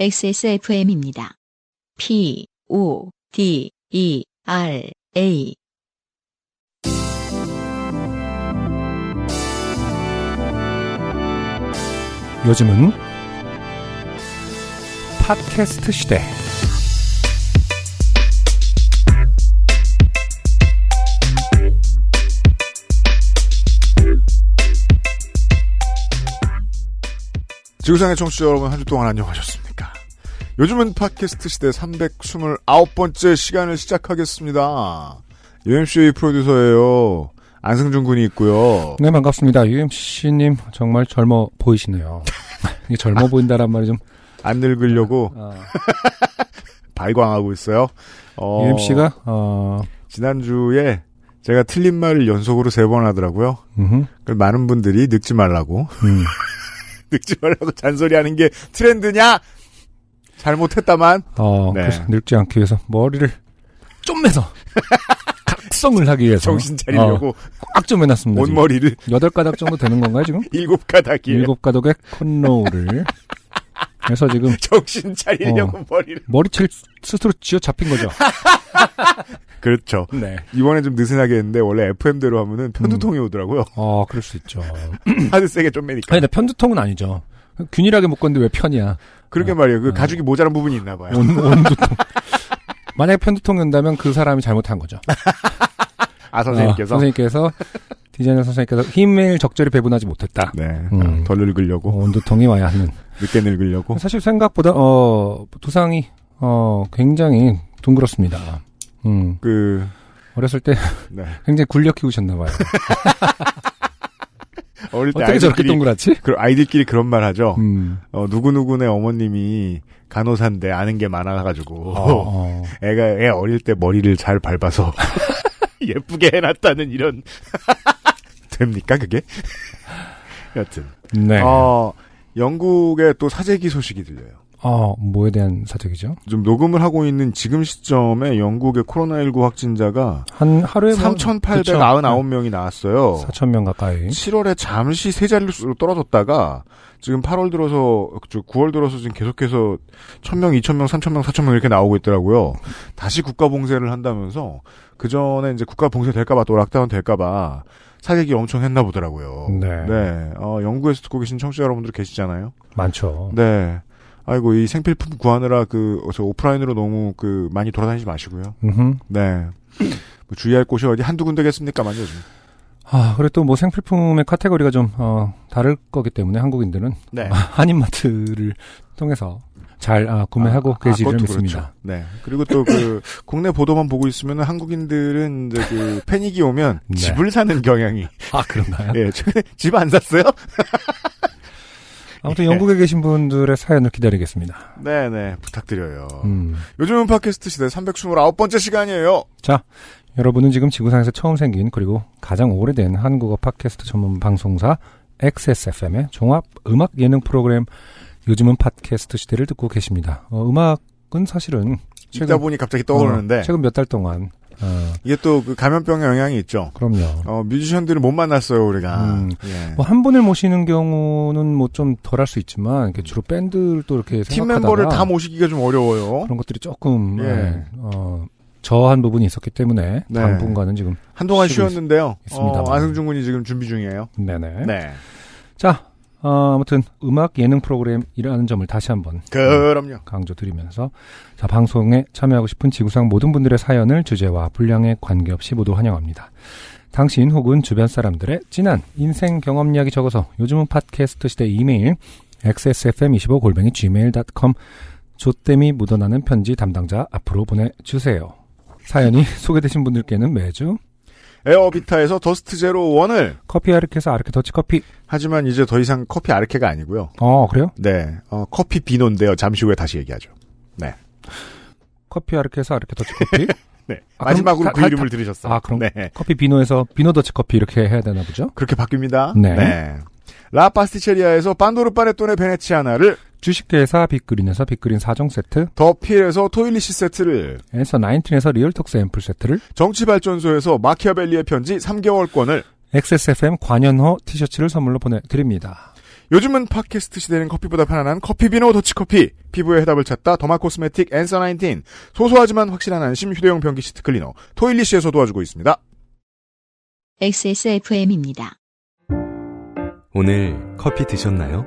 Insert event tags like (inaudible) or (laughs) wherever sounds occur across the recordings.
XSFM입니다. P, O, D, E, R, A. 요즘은 팟캐스트 시대. 지구상의 청취자 여러분 한 주 동안 안녕하셨습니까? 요즘은 팟캐스트 시대 329번째 시간을 시작하겠습니다. UMC의 프로듀서예요. 안승준 군이 있고요. 네, 반갑습니다. UMC님, 정말 젊어 보이시네요. (laughs) 이게 젊어 보인다란 말이 좀, 안 늙으려고 어, 발광하고 있어요. 어, UMC가, 어, 지난주에 제가 틀린 말을 연속으로 세 번 하더라고요. 음흠, 그 많은 분들이 늙지 말라고 음, (laughs) 늙지 말라고 잔소리하는 게 트렌드냐? 잘못했다만 어, 네. 그래서 늙지 않기 위해서 머리를 좀 매서, (laughs) 각성을 하기 위해서. 정신 차리려고 어. 뭐- 꽉 좀 해놨습니다. 지금. 온머리를 여덟 가닥 정도 되는 건가요, 지금? 일곱 가닥이 에 일곱 가닥의 콘로우를. 그래서 지금 (laughs) 정신 차리려고 머리를 머리채를 스스로 쥐어 잡힌 (laughs) 거죠. 그렇죠. 네. 이번에 좀 느슨하게 했는데 원래 FM대로 하면은 음. 편두통이 오더라고요. 어, 그럴 수 있죠. 음. 하드 세게 좀 매니까. 아니, 근데 편두통은 아니죠. 균일하게 묶었는데 왜 편이야? 음. 아, 그러게 말이에요. 그 가죽이 모자란 부분이 있나 봐요. 온, 온두통. 만약에 편두통이 온다면 그 사람이 잘못한 거죠. 아 선생님께서. 어, 선생님께서, 디자이너 선생님께서 힘을 적절히 배분하지 못했다. 네. 음. 아, 덜 늙으려고 어, 온두통이 와야 하는. 늦게 늙으려고. 사실 생각보다, 어, 두상이, 어, 굉장히 둥그렇습니다. 음, 그 어렸을 때 (laughs) 네. 굉장히 굴려 (laughs) 키우셨나봐요. 어릴 때 어떻게 저렇게 아이들끼리 동그랗지? 그 아이들끼리 그런 말 하죠. 음. 어 누구 누구네 어머님이 간호사인데 아는 게 많아가지고 어, (laughs) 애가 애 어릴 때 머리를 잘 밟아서 (laughs) 예쁘게 해놨다는 이런 (laughs) 됩니까 그게? (laughs) 여튼 네. 어, 어 영국의 또 사재기 소식이 들려요. 어, 뭐에 대한 사적이죠? 지금 녹음을 하고 있는 지금 시점에 영국의 코로나19 확진자가 한, 하루에. 뭐- 그쵸. 네. 3,899명이 나왔어요. 4천 명 가까이. 7월에 잠시 세 자릿수로 떨어졌다가 지금 8월 들어서 9월 들어서 지금 계속해서 1,000명, 2,000명, 3,000명, 4,000명 이렇게 나오고 있더라고요. 다시 국가 봉쇄를 한다면서 그 전에 이제 국가 봉쇄 될까봐 또 락다운 될까봐 사재기 엄청 했나 보더라고요. 네. 어, 영국에서 듣고 계신 청취자 여러분들 계시잖아요. 많죠. 네. 아이고 이 생필품 구하느라 그 저 오프라인으로 너무 그 많이 돌아다니지 마시고요. 음흠. 네. 뭐 주의할 곳이 어디 한두 군데겠습니까만 요즘. 아, 그래도 또 뭐 생필품의 카테고리가 좀, 어, 다를 거기 때문에 (laughs) 한국인들은 네. 한인마트를 통해서 잘 아, 구매하고 계시를 그것도 믿습니다. 그렇죠. 네. 그리고 (laughs) 또그 국내 보도만 보고 있으면 한국인들은 이제 그 패닉이 오면 네. 집을 사는 경향이. 아, 그런가요? (laughs) 예. 최근에 집 안 샀어요? 그렇죠. 아무튼 예. 영국에 계신 분들의 사연을 기다리겠습니다. 네, 네. 부탁드려요. 음. 요즘은 팟캐스트 시대 329번째 시간이에요. 자, 여러분은 지금 지구상에서 처음 생긴 그리고 가장 오래된 한국어 팟캐스트 전문 방송사 XSFM의 종합 음악 예능 프로그램 요즘은 팟캐스트 시대를 듣고 계십니다. 어, 음악은 사실은 읽다 보니 갑자기 뭐 떠오르는데 어, 최근 몇 달 동안 어, 이게 또 그 감염병의 영향이 있죠. 그럼요. 어, 뮤지션들을 못 만났어요, 우리가. 음. 예. 뭐 한 분을 모시는 경우는 뭐 좀 덜 할 수 있지만 이렇게 주로 밴드를 또 이렇게 팀 생각하다가 멤버를 다 모시기가 좀 어려워요. 그런 것들이 조금 예. 예, 어, 저한 부분이 있었기 때문에 네. 당분간은 지금 한동안 쉬고 있- 쉬었는데요. 있습니다만. 어, 안승준 군이 지금 준비 중이에요. 네네. 네. 자 어, 아무튼 음악 예능 프로그램이라는 점을 다시 한번 그럼요. 강조드리면서 자 방송에 참여하고 싶은 지구상 모든 분들의 사연을 주제와 분량에 관계없이 모두 환영합니다. 당신 혹은 주변 사람들의 진한 인생 경험 이야기 적어서 요즘은 팟캐스트 시대 이메일 xsfm25골뱅이 gmail.com 조땜이 묻어나는 편지 담당자 앞으로 보내주세요. 사연이 (laughs) 소개되신 분들께는 매주 에어비타에서 더스트 제로 원을 커피 아르케에서 아르케 더치커피 하지만 이제 더 이상 커피 아르케가 아니고요. 어 그래요? 네, 어, 커피 비노인데요. 잠시 후에 다시 얘기하죠. 커피 아르케에서 아르케 더치커피 네, 아, 마지막으로 그럼 그 다- 이름을 들으셨어요. 아, 그럼- 네, 커피 비노에서 비노 더치커피 이렇게 해야 되나 보죠? 그렇게 바뀝니다. 네. 라파스티체리아에서 반도르 파네톤의 베네치아나를 주식회사 빅그린에서 빅그린 4종 세트, 더필에서 토일리시 세트를 엔서 19에서 리얼톡스 앰플 세트를, 정치발전소에서 마키아벨리의 편지 3개월권을 XSFM 관현호 티셔츠를 선물로 보내드립니다. 요즘은 팟캐스트 시대는 커피보다 편안한 커피비노 더치커피 피부에 해답을 찾다 더마코스메틱 앤서 19 소소하지만 확실한 안심 휴대용 변기 시트 클리너 토일리시에서 도와주고 있습니다. XSFM입니다. 오늘 커피 드셨나요?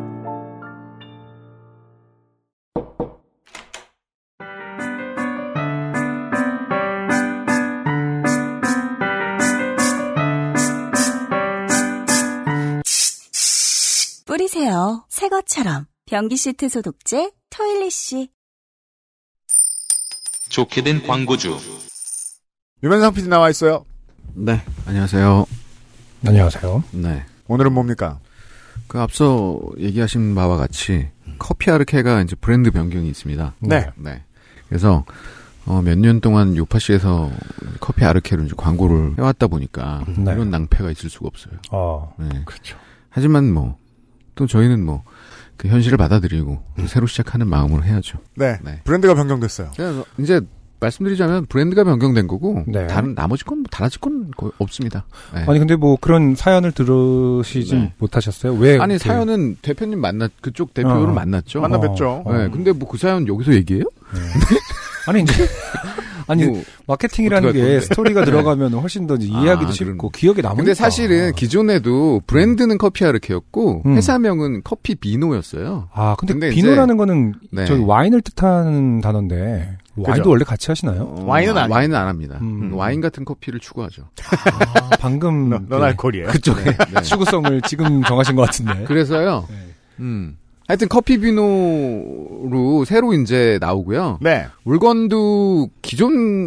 뿌리세요. 새 것처럼. 변기 시트 소독제 토일리시. 좋게 된 광고주. 유면상 PD 나와 있어요. 네, 안녕하세요. 안녕하세요. 네. 오늘은 뭡니까? 그 앞서 얘기하신 바와 같이 커피 아르케가 이제 브랜드 변경이 있습니다. 네. 네. 그래서 어, 몇 년 동안 요파시에서 커피 아르케로 이제 광고를 해왔다 보니까 네. 이런 낭패가 있을 수가 없어요. 어, 네. 그렇죠. 하지만 뭐 또 저희는 뭐 그 현실을 받아들이고 음. 새로 시작하는 마음으로 해야죠. 네. 네. 브랜드가 변경됐어요. 그래서 이제 말씀드리자면 브랜드가 변경된 거고 네. 다른 나머지 건 뭐 달라질 건 거의 없습니다. 네. 아니 근데 뭐 그런 사연을 들으시지 네. 못하셨어요? 왜? 아니 이렇게- 사연은 대표님 만났 그쪽 대표를 그 어. 만났죠. 만나 뵀죠. 어. 네. 네, 근데 뭐 그 사연 여기서 얘기해요? (laughs) 아니 (laughs) 이제 아니 뭐, 마케팅이라는 어떡할 게 건데. 네. 스토리가 들어가면 훨씬 더 이제 아, 이해하기도 그런- 쉽고 기억에 남으니까. 근데 사실은 기존에도 브랜드는 커피 아르케였고 음. 회사명은 커피 비노였어요. 아 근데, 근데 이제- 비누라는 거는 네. 저기 와인을 뜻하는 단어인데 와인도 그죠. 원래 같이 하시나요? 어, 음. 와인은 안- 와인은 안 합니다. 음. 와인 같은 커피를 추구하죠. 아, 방금 넌, 넌 그 알콜이에요. 음, 네. 그쪽에. 추구성을 지금 정하신 것 같은데. 그래서요. 네. 음. 하여튼 커피 비노로 새로 이제 나오고요. 네. 물건도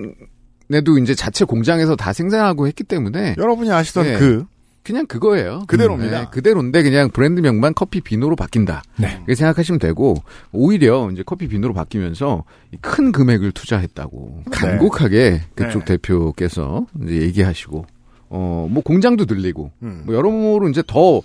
기존에도 이제 자체 공장에서 다 생산하고 했기 때문에 여러분이 아시던 예. 그 그냥 그거예요. 그대로입니다. 네, 그대로인데 그냥 브랜드명만 커피 비노로 바뀐다. 네. 이렇게 생각하시면 되고 오히려 이제 커피 비누로 바뀌면서 이큰 금액을 투자했다고 간곡하게 그쪽 네. 대표께서 이제 얘기하시고 어 뭐 공장도 늘리고 음. 뭐 여러모로 이제 더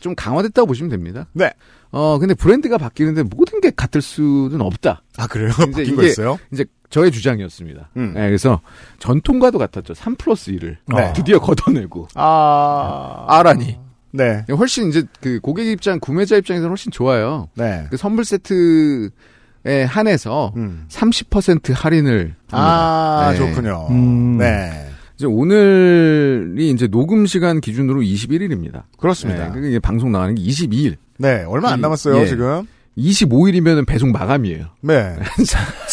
좀 강화됐다고 보시면 됩니다. 네. 어 근데 브랜드가 바뀌는데 모든 게 같을 수는 없다. 아 그래요? 이제 바뀐 이게- 거였어요? 이제 저의 주장이었습니다. 음. 네, 그래서 전통과도 같았죠. 3 플러스 1을 네. 드디어 걷어내고 아 아라니 네. 훨씬 이제 그 고객 입장 구매자 입장에서는 훨씬 좋아요. 네. 그 선물 세트에 한해서 음. 30% 할인을 합니다. 아 네. 좋군요. 음. 네. 이제 오늘이 이제 녹음 시간 기준으로 21일입니다. 네, 그렇습니다. 그게 이제 방송 나가는 게 22일. 네, 얼마 안 이- 남았어요, 예. 지금. 25일이면 배송 마감이에요. (laughs) 네.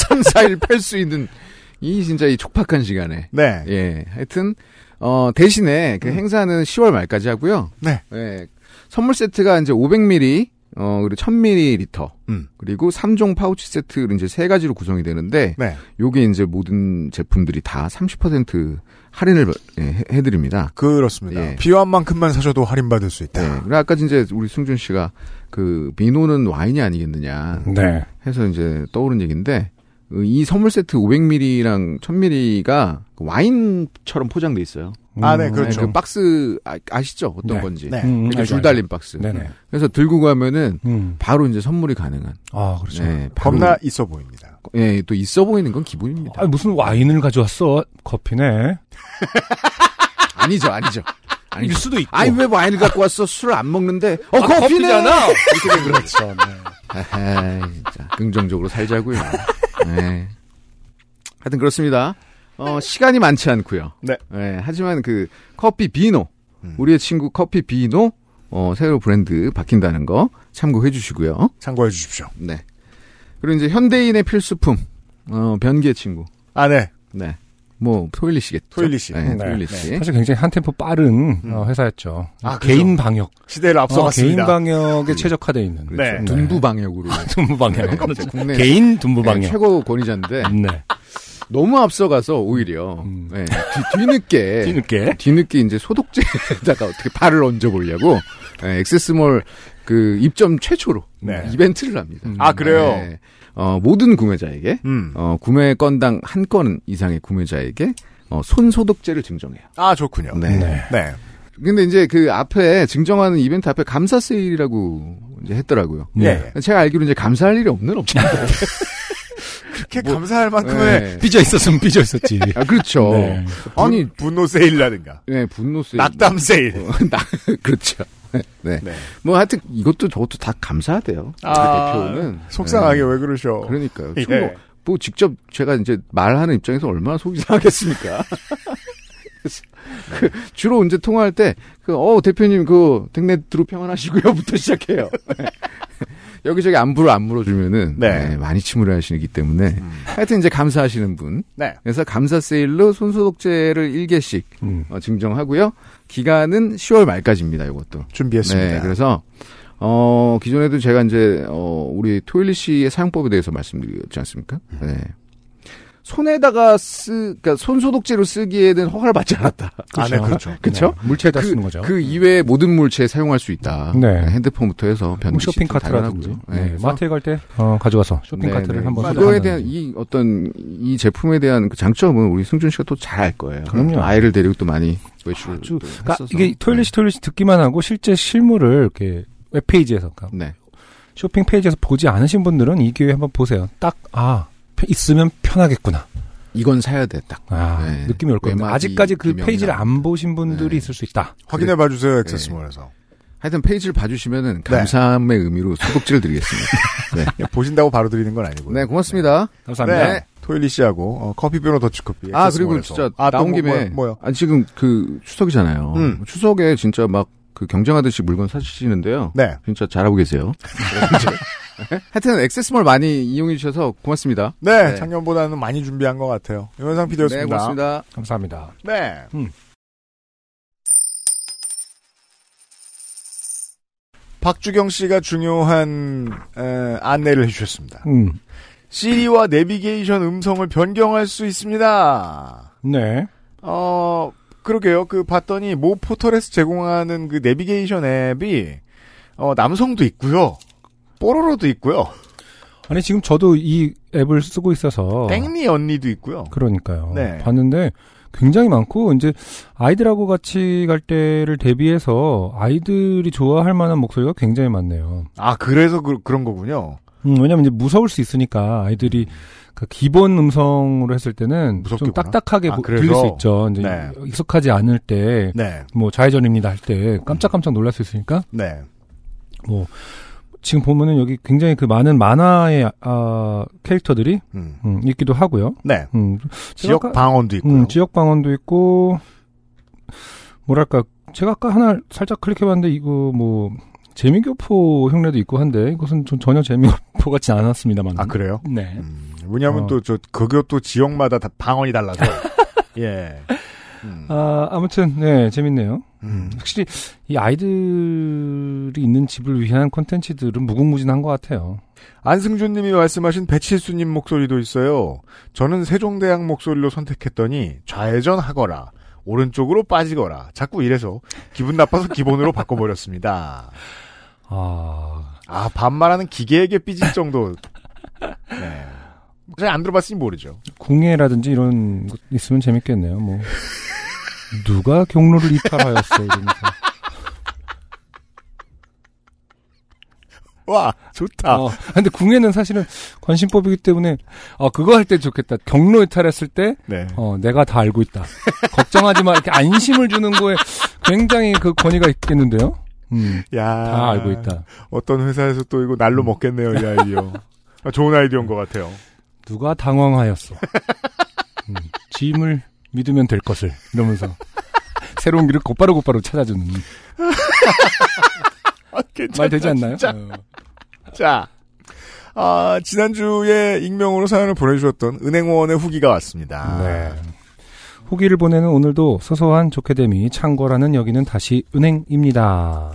3, 4일 펼 수 있는 이 진짜 이 촉박한 시간에. 네. 예. 하여튼 어 대신에 그 행사는 10월 말까지 하고요. 음. 네. 예. 선물 세트가 이제 500ml 어 그리고 1000ml 음. 그리고 3종 파우치 세트로 이제 세 가지로 구성이 되는데 네. 요게 이제 모든 제품들이 다 30% 할인을 예, 해- 해드립니다. 그렇습니다. 예. 필요한 만큼만 사셔도 할인받을 수 네. 있다. 그리고 아까 이제 우리 승준 씨가 그 비노는 와인이 아니겠느냐 네. 해서 이제 떠오른 얘기인데 어, 이 선물 세트 500ml랑 1000ml가 그 와인처럼 포장돼 있어요. 아, 네, 음, 그렇죠. 그 박스 아, 아시죠? 어떤 네. 건지. 네. 음, 이렇게 알죠, 줄 알죠. 달린 박스. 네네. 그래서 들고 가면은 음. 바로 이제 선물이 가능한. 아 그렇죠. 네, 바로- 겁나 있어 보입니다. 예, 또 있어 보이는 건 기본입니다. 아 무슨 와인을 가져왔어? 커피네. 아니죠, 아니죠. 아니죠. 수도 있고. 아이 왜 와인을 갖고 왔어? 술을 안 먹는데. 어 아, 커피네. 커피잖아. 이렇게 되면 그렇죠. 네. 에이, 진짜 긍정적으로 살자고요. 네. 하여튼 그렇습니다. 어, 시간이 많지 않고요. 네. 하지만 그 커피 비노 음. 우리의 친구 커피 비노 어, 새로 브랜드 바뀐다는 거 참고해 주시고요. 참고해 주십시오. 네. 그리고 이제 현대인의 필수품 어, 변기의 친구. 아, 네. 네. 뭐 토일리시겠죠. 토일리시. 네, 네. 토일리시. 사실 굉장히 한 템포 빠른 음. 어, 회사였죠. 아, 개인 방역. 시대를 아, 앞서갔습니다. 개인 방역에 최적화돼 있는. 네. 둔부 방역으로. 둔부 방역. 이제 국내 아, 개인 둔부 네, 방역. 최고 권위자인데 네. 너무 앞서가서 오히려 음. 네, 뒤, (laughs) 뒤늦게 뒤늦게. 뒤늦게 이제 소독제에다가 어떻게 발을 얹어 보려고 예, 엑세스몰 그 입점 최초로 네. 이벤트를 합니다. 음. 아, 그래요? 예. 어, 모든 구매자에게 음. 어, 구매 건당 한 건 이상의 구매자에게 어, 손 소독제를 증정해요. 아, 좋군요. 네. 네. 근데 이제 그 앞에 증정하는 이벤트 앞에 감사 세일이라고 이제 했더라고요. 네. 예. 제가 알기로 이제 감사할 일이 없는 (laughs) 업체. 아, 그렇게 감사할 만큼의 뭐, 네. 삐져 있었으면 삐져 있었지. 아, 그렇죠. 네. 아니, 아니 분노 세일이라든가 네, 분노 세일. 낙담 세일. 어, (laughs) 나, 그렇죠. 네. 네. 뭐 하여튼 이것도 저것도 다 감사하대요. 아, 그 대표는 속상하게 네. 왜 그러셔? 그러니까요. 예. 충고. 뭐 직접 제가 이제 말하는 입장에서 얼마나 속이 상하겠습니까? (laughs) 그래서 그 주로 이제 통화할 때그어 대표님 그 댁내드로 평안하시고요부터 (laughs) 시작해요. 여기저기 안부를 안 물어주면은 네. 음. 네, 많이 침울해하시기 때문에 하여튼 이제 감사하시는 분 네. 그래서 감사 세일로 손소독제를 1개씩 어, 음. 증정하고요 기간은 10월 말까지입니다. 이것도 준비했습니다. 네, 그래서 어 기존에도 제가 이제 어 우리 토일리 씨의 사용법에 대해서 말씀드렸지 않습니까? 음. 네. 손에다가 쓰, 그니까 손 소독제로 쓰기에는 허가를 받지 않았다. 아, 네, 그렇죠. 그쵸? 네. 물체에다 그, 쓰는 거죠. 그 이외에 모든 물체에 사용할 수 있다. 네. 핸드폰부터 해서 뭐 변기 쇼핑 시스템 카트라든지 다양하고요. 네, 그래서 마트에 갈 때 어, 가져가서 쇼핑 네, 카트를 네. 한번 이거에 소독하는 대한 이 어떤 이 제품에 대한 그 장점은 우리 승준 씨가 또 잘 알 거예요. 그럼요. 아이를 데리고 또 많이 외출을 아주- 또 그러니까 했어서. 네. 이게 토일리시 토일리시 듣기만 하고 실제 실물을 이렇게 웹페이지에서 그러니까 네. 쇼핑 페이지에서 보지 않으신 분들은 이 기회에 한번 보세요. 딱 아 있으면 편하겠구나. 이건 사야 돼 딱. 아, 네. 느낌이 올 겁니다. 외마디 아직까지 그 기명이나. 페이지를 안 보신 분들이 네. 있을 수 있다. 확인해 봐 주세요. 액세스몰에서. 하여튼 페이지를 네. 봐주시면은 감사함의 의미로 소독제를 드리겠습니다. (laughs) 그냥 보신다고 바로 드리는 건 아니고요. 네, 고맙습니다. 감사합니다. 네. 토일리 씨하고 어, 커피 변호 더치커피. 아 그리고 액세스몰에서. 진짜 아, 또 나온 뭐- 김에 뭐, 요 아, 지금 그 추석이잖아요. 음. 추석에 진짜 막 그 경쟁하듯이 물건 사시는데요. 네. 진짜 잘하고 계세요. (laughs) 하여튼 액세스몰 많이 이용해 주셔서 고맙습니다. 네, 네. 작년보다는 많이 준비한 것 같아요. 유현상 PD였습니다. 네, 고맙습니다. 감사합니다. 네. 음. 박주경 씨가 중요한 에, 안내를 해주셨습니다. 음, 시리와 내비게이션 음성을 변경할 수 있습니다. 네. 어, 그러게요. 그 봤더니 모 포털에서 제공하는 그 내비게이션 앱이 어, 남성도 있고요. 뽀로로도 있고요. 아니 지금 저도 이 앱을 쓰고 있어서 땡니 언니도 있고요. 그러니까요. 네. 봤는데 굉장히 많고 이제 아이들하고 같이 갈 때를 대비해서 아이들이 좋아할 만한 목소리가 굉장히 많네요. 아, 그래서 그, 런 거군요. 음, 왜냐면 이제 무서울 수 있으니까 아이들이 그 기본 음성으로 했을 때는 좀 무섭겠구나. 딱딱하게 아, 보- 그래서? 들릴 수 있죠. 이제 네. 익숙하지 않을 때 뭐 네. 좌회전입니다 할 때 깜짝깜짝 놀랄 수 있으니까 네. 뭐 지금 보면은 여기 굉장히 그 많은 만화의 아, 캐릭터들이 음. 음, 있기도 하고요. 네. 음, 지역 제가 아까- 방언도 있고요. 음, 지역 방언도 있고 뭐랄까 제가 아까 하나 살짝 클릭해봤는데 이거 뭐 재미교포 흉내도 있고 한데 이것은 좀 전혀 재미교포 같진 않았습니다만. 아, 그래요? 네. 음, 왜냐면 어. 또 저 그것도 지역마다 다 방언이 (laughs) 달라서 예. 음. 아, 아무튼 네 재밌네요. 음. 확실히 이 아이들이 있는 집을 위한 콘텐츠들은 무궁무진한 것 같아요. 안승준님이 말씀하신 배칠수님 목소리도 있어요. 저는 세종대학 목소리로 선택했더니 좌회전하거라. 오른쪽으로 빠지거라. 자꾸 이래서 기분 나빠서 기본으로 (laughs) 바꿔버렸습니다. 아, 아 반말하는 기계에게 삐질 정도. 네. 잘 안 들어봤으니 모르죠. 궁예라든지 이런 것 있으면 재밌겠네요. (laughs) 뭐 누가 경로를 이탈하였어 이러면서. 와 좋다. 어, 근데 궁예는 사실은 관심법이기 때문에 어, 그거 할 때 좋겠다. 경로 이탈했을 때 네. 어, 내가 다 알고 (laughs) 있다. 걱정하지 마. 이렇게 안심을 주는 거에 굉장히 그 권위가 있겠는데요. 음, 야. 다 알고 있다. 어떤 회사에서 또 이거 음. 날로 먹겠네요 이 아이디어. 아, 좋은 아이디어인 (laughs) 것 같아요. 누가 당황하였어. 음, 짐을 믿으면 될 것을 (laughs) 이러면서 새로운 길을 곧바로 곧바로 찾아주는 아, 괜찮다, 말 되지 않나요? 진짜. 어. 자, 아, 지난주에 익명으로 사연을 보내주셨던 은행원의 후기가 왔습니다. 네. 후기를 보내는 오늘도 소소한 좋게됨이 창궐하는 여기는 다시 은행입니다.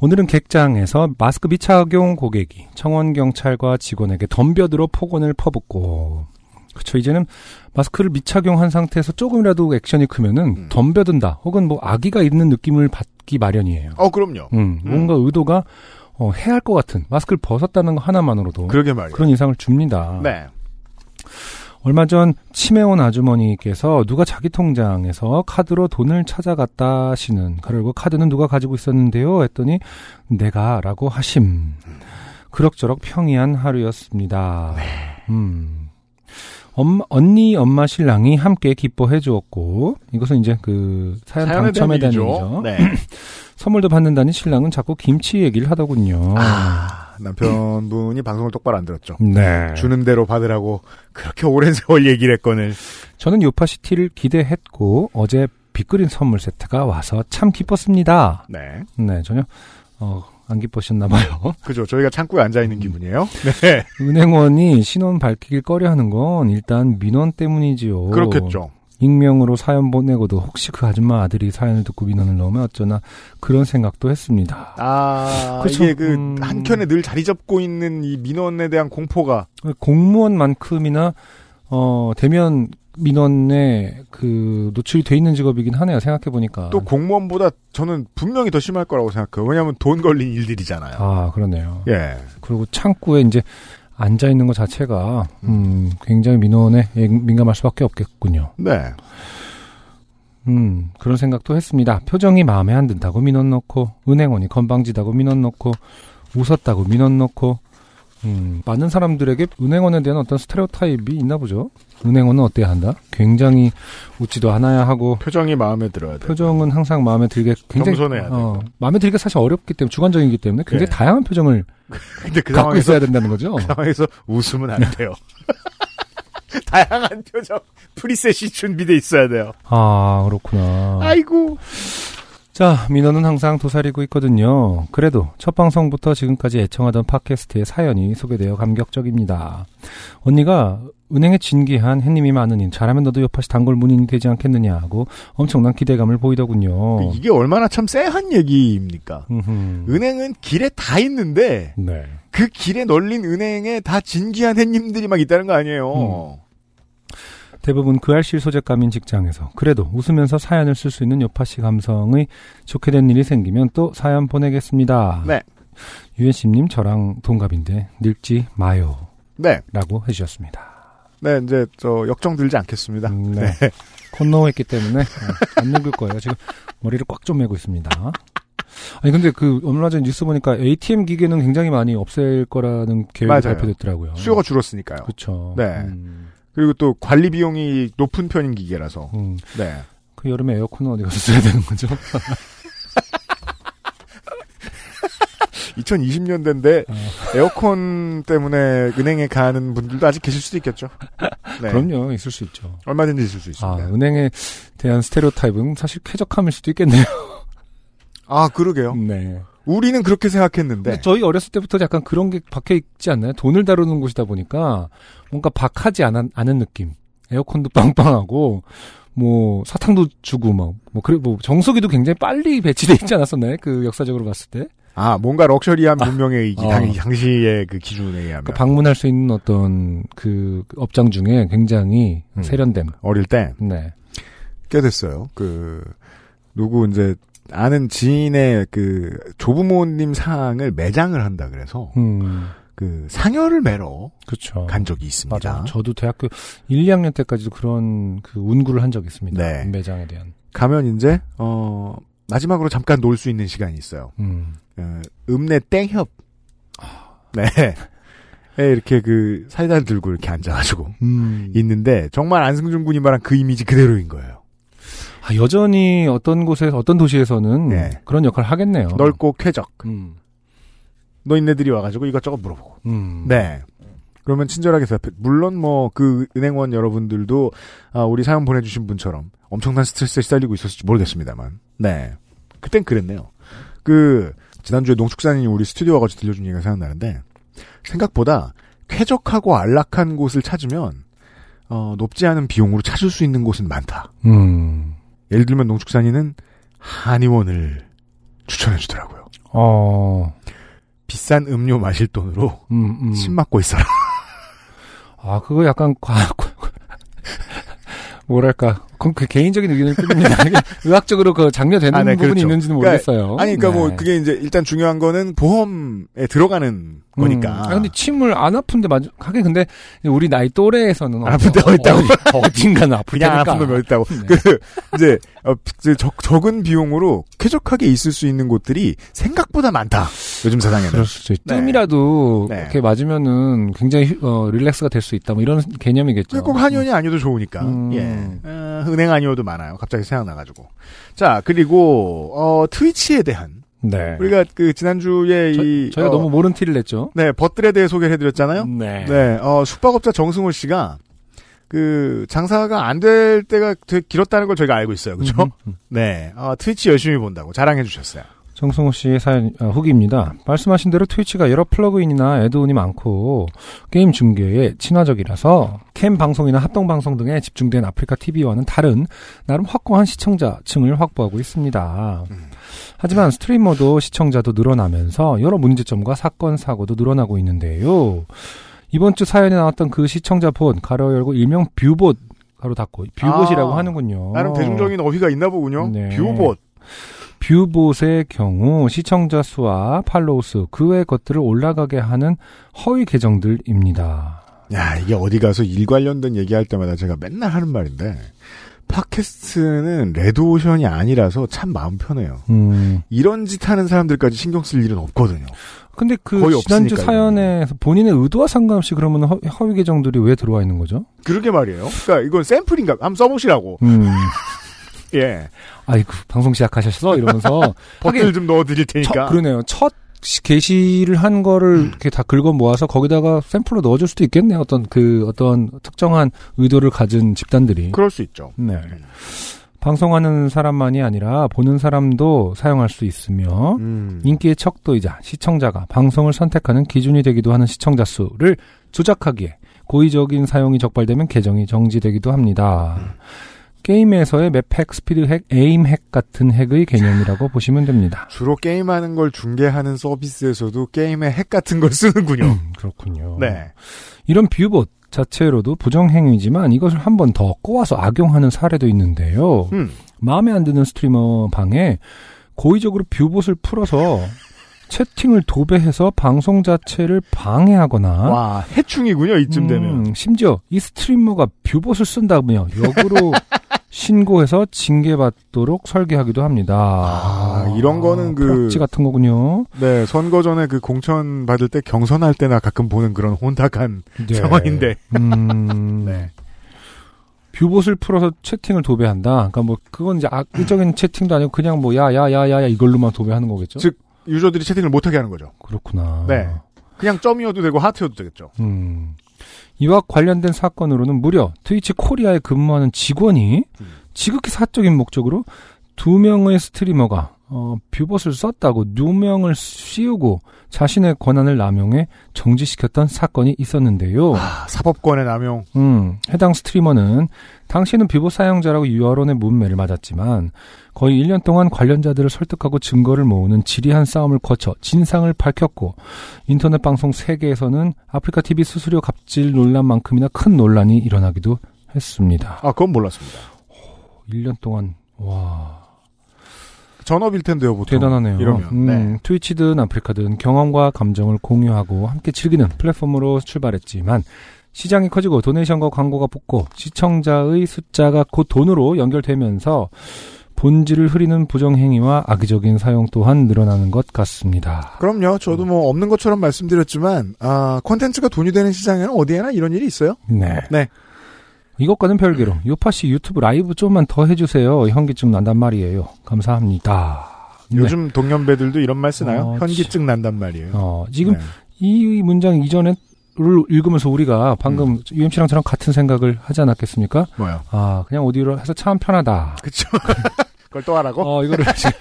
오늘은 객장에서 마스크 미착용 고객이 청원경찰과 직원에게 덤벼들어 폭언을 퍼붓고 그쵸 이제는 마스크를 미착용한 상태에서 조금이라도 액션이 크면은 음. 덤벼든다 혹은 뭐 아기가 있는 느낌을 받기 마련이에요. 어, 그럼요. 음, 음. 뭔가 의도가 어, 해할 것 같은 마스크를 벗었다는 거 하나만으로도 그러게 말이에요. 그런 인상을 줍니다. 네. 얼마 전 치매온 아주머니께서 누가 자기 통장에서 카드로 돈을 찾아갔다 하시는 그리고 카드는 누가 가지고 있었는데요 했더니 내가라고 하심 그럭저럭 평이한 하루였습니다. 네. 음. 엄마, 언니, 엄마, 신랑이 함께 기뻐해 주었고, 이것은 이제 그 사연 사연에 대한 당첨에 대한 얘기죠. 얘기죠. 음. 네. 선물도 받는다니 신랑은 자꾸 김치 얘기를 하더군요. 아, 남편분이 방송을 똑바로 안 들었죠. 네. 주는 대로 받으라고 그렇게 오랜 세월 얘기를 했거늘. 저는 요파시티를 기대했고 어제 빗그린 선물 세트가 와서 참 기뻤습니다. 네. 네, 전혀 어, 안 기뻤었나 봐요. (laughs) 그죠. 저희가 창구에 앉아있는 음. 기분이에요. 네. 은행원이 신원 밝히길 꺼려하는 건 일단 민원 때문이지요. 그렇겠죠. 익명으로 사연 보내고도 혹시 그 아줌마 아들이 사연을 듣고 민원을 넣으면 어쩌나 그런 생각도 했습니다. 아, 그쵸. 이게 그, 음. 한켠에 늘 자리 잡고 있는 이 민원에 대한 공포가. 공무원만큼이나 어, 대면 민원에 그 노출이 돼 있는 직업이긴 하네요. 생각해 보니까. 또 공무원보다 저는 분명히 더 심할 거라고 생각해요. 왜냐하면 돈 걸린 일들이잖아요. 아, 그러네요. 예. 그리고 창구에 이제 앉아 있는 것 자체가 음, 굉장히 민원에 예- 민감할 수밖에 없겠군요. 네. 음, 그런 생각도 했습니다. 표정이 마음에 안 든다고 민원 넣고 은행원이 건방지다고 민원 넣고 웃었다고 민원 넣고 음, 많은 사람들에게 은행원에 대한 어떤 스테레오타입이 있나 보죠. 은행원은 어때야 한다? 굉장히 웃지도 않아야 하고 표정이 마음에 들어야 돼. 표정은 항상 마음에 들게 굉장히 겸손해야 어, 마음에 들기가 사실 어렵기 때문에 주관적이기 때문에 굉장히 예. 다양한 표정을 근데 그 갖고 상황에서 있어야 된다는 거죠. 상황에서 웃으면 안 돼요. (laughs) 다양한 표정 프리셋이 준비돼 있어야 돼요. 아 그렇구나. 아이고. 자, 민원은 항상 도사리고 있거든요. 그래도 첫 방송부터 지금까지 애청하던 팟캐스트의 사연이 소개되어 감격적입니다. 언니가 은행에 진기한 햇님이 많으니 잘하면 너도 여파시 단골 문인이 되지 않겠느냐 하고 엄청난 기대감을 보이더군요. 이게 얼마나 참 쎄한 얘기입니까? 음흠. 은행은 길에 다 있는데 네. 그 길에 널린 은행에 다 진기한 햇님들이 막 있다는 거 음. 아니에요. 대부분 그 알실 소재감인 직장에서 그래도 웃으면서 사연을 쓸 수 있는 요파시 감성의 좋게 된 일이 생기면 또 사연 보내겠습니다. 네. 유엔 씨님 저랑 동갑인데 늙지 마요라고 네, 해주셨습니다. 네 이제 저 역정 들지 않겠습니다. 음, 네. 콧노했기 때문에 어, 안 늙을 거예요. 지금 머리를 꽉 좀 메고 있습니다. 아니 근데 그 얼마 전 뉴스 보니까 ATM 기계는 굉장히 많이 없앨 거라는 계획이 맞아요. 발표됐더라고요. 수요가 줄었으니까요. 그렇죠. 네. 음, 그리고 또 관리 비용이 높은 편인 기계라서. 음. 네. 그 여름에 에어컨은 어디 가서 써야 되는 거죠? 2020년대인데 어. 에어컨 때문에 은행에 가는 분들도 아직 계실 수도 (laughs) 있겠죠. (laughs) 네. 그럼요, 있을 수 있죠. 얼마든지 있을 수 아, 있습니다. 아, 은행에 대한 스테레오타입은 사실 쾌적함일 수도 (laughs) 있겠네요. 아, 그러게요. 네. 우리는 그렇게 생각했는데 근데 저희 어렸을 때부터 약간 그런 게 박혀 있지 않나요? 돈을 다루는 곳이다 보니까 뭔가 박하지 않은, 않은 느낌. 에어컨도 (laughs) 빵빵하고 뭐 사탕도 주고 막 뭐 그래 뭐 정수기도 굉장히 빨리 배치돼 있지 않았었나요? 그 역사적으로 봤을 때 아 뭔가 럭셔리한 문명의 이 어. 당, 당시의 그 기준에 의하면 그러니까 방문할 수 있는 어떤 그 업장 중에 굉장히 음. 그러니까. 세련됨. 어릴 때 네. 꽤 됐어요. 그 누구 이제 아는 지인의 그 조부모님 상을 매장을 한다 그래서 음. 그 상여를 매러 그렇죠. 간 적이 있습니다. 맞아. 저도 대학교 1, 2학년 때까지도 그런 그 운구를 한 적이 있습니다. 네. 매장에 대한. 가면 이제 어 마지막으로 잠깐 놀 수 있는 시간이 있어요. 음. 어, 읍내 땡협. 네. 에, 이렇게 그 사이다를 들고 이렇게 앉아가지고 음. 있는데 정말 안승준 군이 말한 그 이미지 그대로인 거예요. 아, 여전히 어떤 곳에서 어떤 도시에서는 네. 그런 역할을 하겠네요. 넓고 쾌적. 음. 노인네들이 와가지고 이것저것 물어보고. 음. 네. 그러면 친절하게 대답해. 물론 뭐 그 은행원 여러분들도 아, 우리 사연 보내주신 분처럼 엄청난 스트레스에 시달리고 있었을지 모르겠습니다만. 네. 그땐 그랬네요. 그 지난주에 농축산인이 우리 스튜디오 와가지고 들려준 얘기가 생각나는데 생각보다 쾌적하고 안락한 곳을 찾으면 어, 높지 않은 비용으로 찾을 수 있는 곳은 많다. 음. 예를 들면 농축산인은 한의원을 추천해주더라고요. 어. 비싼 음료 마실 돈으로 음, 음. 침 맞고 있어라. 아, 그거 약간 과, 과- (laughs) 뭐랄까. 그건 그 개인적인 의견일 뿐입니다. (laughs) 의학적으로 그 장려되는 아, 네, 부분이 그렇죠. 있는지는 그러니까, 모르겠어요. 아니, 그러니까 네. 뭐 그게 이제 일단 중요한 거는 보험에 들어가는 음. 거니까. 아, 근데 침을 안 아픈데 맞 하긴 근데 우리 나이 또래에서는 안 아픈 데가 있다고. 어, 어딘가는 아플 그냥 테니까. 아픈 걸 있다고. 네. 그 이제 어, 이제 적, 적은 비용으로 쾌적하게 있을 수 있는 곳들이 생각보다 많다. 요즘 세상에는. 그럴 수도 있. 네. 뜸이라도 네. 이렇게 맞으면은 굉장히 휴- 어, 릴렉스가 될 수 있다. 뭐 이런 개념이겠죠. 그게 꼭 한의원이 아니어도 좋으니까. 음. 예. 어, 은행 아니어도 많아요. 갑자기 생각나가지고. 자, 그리고, 어, 트위치에 대한. 네. 우리가 그, 지난주에 저, 이. 저희가 어, 너무 모른 티를 냈죠. 네, 벗들에 대해 소개를 해드렸잖아요. 네. 네, 어, 숙박업자 정승호 씨가 그, 장사가 안 될 때가 되게 길었다는 걸 저희가 알고 있어요. 그죠? 음흠. 네, 어, 트위치 열심히 본다고 자랑해 주셨어요. 정승호 씨의 사연 아, 후기입니다. 말씀하신 대로 트위치가 여러 플러그인이나 애드온이 많고 게임 중계에 친화적이라서 캠 방송이나 합동 방송 등에 집중된 아프리카 TV와는 다른 나름 확고한 시청자층을 확보하고 있습니다. 음. 하지만 스트리머도 시청자도 늘어나면서 여러 문제점과 사건 사고도 늘어나고 있는데요. 이번 주 사연에 나왔던 그 시청자 본 가로 열고 일명 뷰봇 가로 닫고 뷰봇이라고 아, 하는군요. 나름 대중적인 어휘가 있나 보군요. 네. 뷰봇. 뷰봇의 경우 시청자 수와 팔로우 수, 그 외 것들을 올라가게 하는 허위 계정들입니다. 야, 이게 어디 가서 일 관련된 얘기할 때마다 제가 맨날 하는 말인데, 팟캐스트는 레드오션이 아니라서 참 마음 편해요. 음. 이런 짓 하는 사람들까지 신경 쓸 일은 없거든요. 근데 그 거의 지난주 없으니까요. 사연에 본인의 의도와 상관없이 그러면 허, 허위 계정들이 왜 들어와 있는 거죠? 그러게 말이에요. 그러니까 이건 샘플인가? 한번 써보시라고. (laughs) 음. 예. 아이고, 그 방송 시작하셨어? (laughs) 이러면서. 버틀 좀 넣어드릴 테니까. 음. 첫, 그러네요. 첫 시- 게시를 한 거를 이렇게 다 긁어 모아서 거기다가 샘플로 넣어줄 수도 있겠네요. 어떤 그, 어떤 특정한 의도를 가진 집단들이. 그럴 수 있죠. 네. 방송하는 사람만이 아니라 보는 사람도 사용할 수 있으며 음. 인기의 척도이자 시청자가 방송을 선택하는 기준이 되기도 하는 시청자 수를 조작하기에 고의적인 사용이 적발되면 계정이 정지되기도 합니다. 게임에서의 맵핵, 스피드핵, 에임핵 같은 핵의 개념이라고 보시면 됩니다. 주로 게임하는 걸 중계하는 서비스에서도 게임의 핵 같은 걸 쓰는군요. 음, 그렇군요. 네. 이런 뷰봇 자체로도 부정행위지만 이것을 한 번 더 꼬아서 악용하는 사례도 있는데요. 음. 마음에 안 드는 스트리머 방에 고의적으로 뷰봇을 풀어서 채팅을 도배해서 방송 자체를 방해하거나 와, 해충이군요, 이쯤 되면. 음, 심지어 이 스트리머가 뷰봇을 쓴다며 (laughs) 역으로 신고해서 징계받도록 설계하기도 합니다. 아, 이런 거는 그- 프락지 같은 거군요. 네, 선거 전에 그 공천 받을 때 경선할 때나 가끔 보는 그런 혼탁한 네. 상황인데. 음, (laughs) 네. 뷰봇을 풀어서 채팅을 도배한다. 그러니까 뭐 그건 이제 악의적인 채팅도 아니고 그냥 뭐 야 야 야야야 이걸로만 도배하는 거겠죠. 즉- 유저들이 채팅을 못하게 하는 거죠. 그렇구나. 네. 그냥 점이어도 되고 하트여도 되겠죠. 음. 이와 관련된 사건으로는 무려 트위치 코리아에 근무하는 직원이 음. 지극히 사적인 목적으로 두 명의 스트리머가 어, 뷰봇을 썼다고 누명을 씌우고 자신의 권한을 남용해 정지시켰던 사건이 있었는데요. 아, 사법권의 남용. 음, 해당 스트리머는 당시에는 뷰봇 사용자라고 여론의 문매를 맞았지만 거의 1년 동안 관련자들을 설득하고 증거를 모으는 지리한 싸움을 거쳐 진상을 밝혔고 인터넷 방송 세계에서는 아프리카 TV 수수료 갑질 논란만큼이나 큰 논란이 일어나기도 했습니다. 아, 그건 몰랐습니다. 1년 동안 와 전업일 텐데요, 보통. 어, 대단하네요. 이러면. 음, 네. 트위치든 아프리카든 경험과 감정을 공유하고 함께 즐기는 플랫폼으로 출발했지만 시장이 커지고 도네이션과 광고가 붙고 시청자의 숫자가 곧 돈으로 연결되면서 본질을 흐리는 부정행위와 악의적인 사용 또한 늘어나는 것 같습니다. 그럼요. 저도 뭐 없는 것처럼 말씀드렸지만 아, 콘텐츠가 돈이 되는 시장에는 어디에나 이런 일이 있어요. 네. 네. 이것과는 별개로 요파 씨 유튜브 라이브 좀만 더 해주세요. 현기증 난단 말이에요. 감사합니다. 네. 요즘 동년배들도 이런 말 쓰나요? 어, 현기증 난단 말이에요. 어, 지금 네. 이 문장 이전에를 읽으면서 우리가 방금 UMC랑처럼 같은 생각을 하지 않았겠습니까? 뭐요? 아, 그냥 오디오로 해서 참 편하다. 그쵸. 그걸 또 하라고? 어, 이거를 (laughs) 지금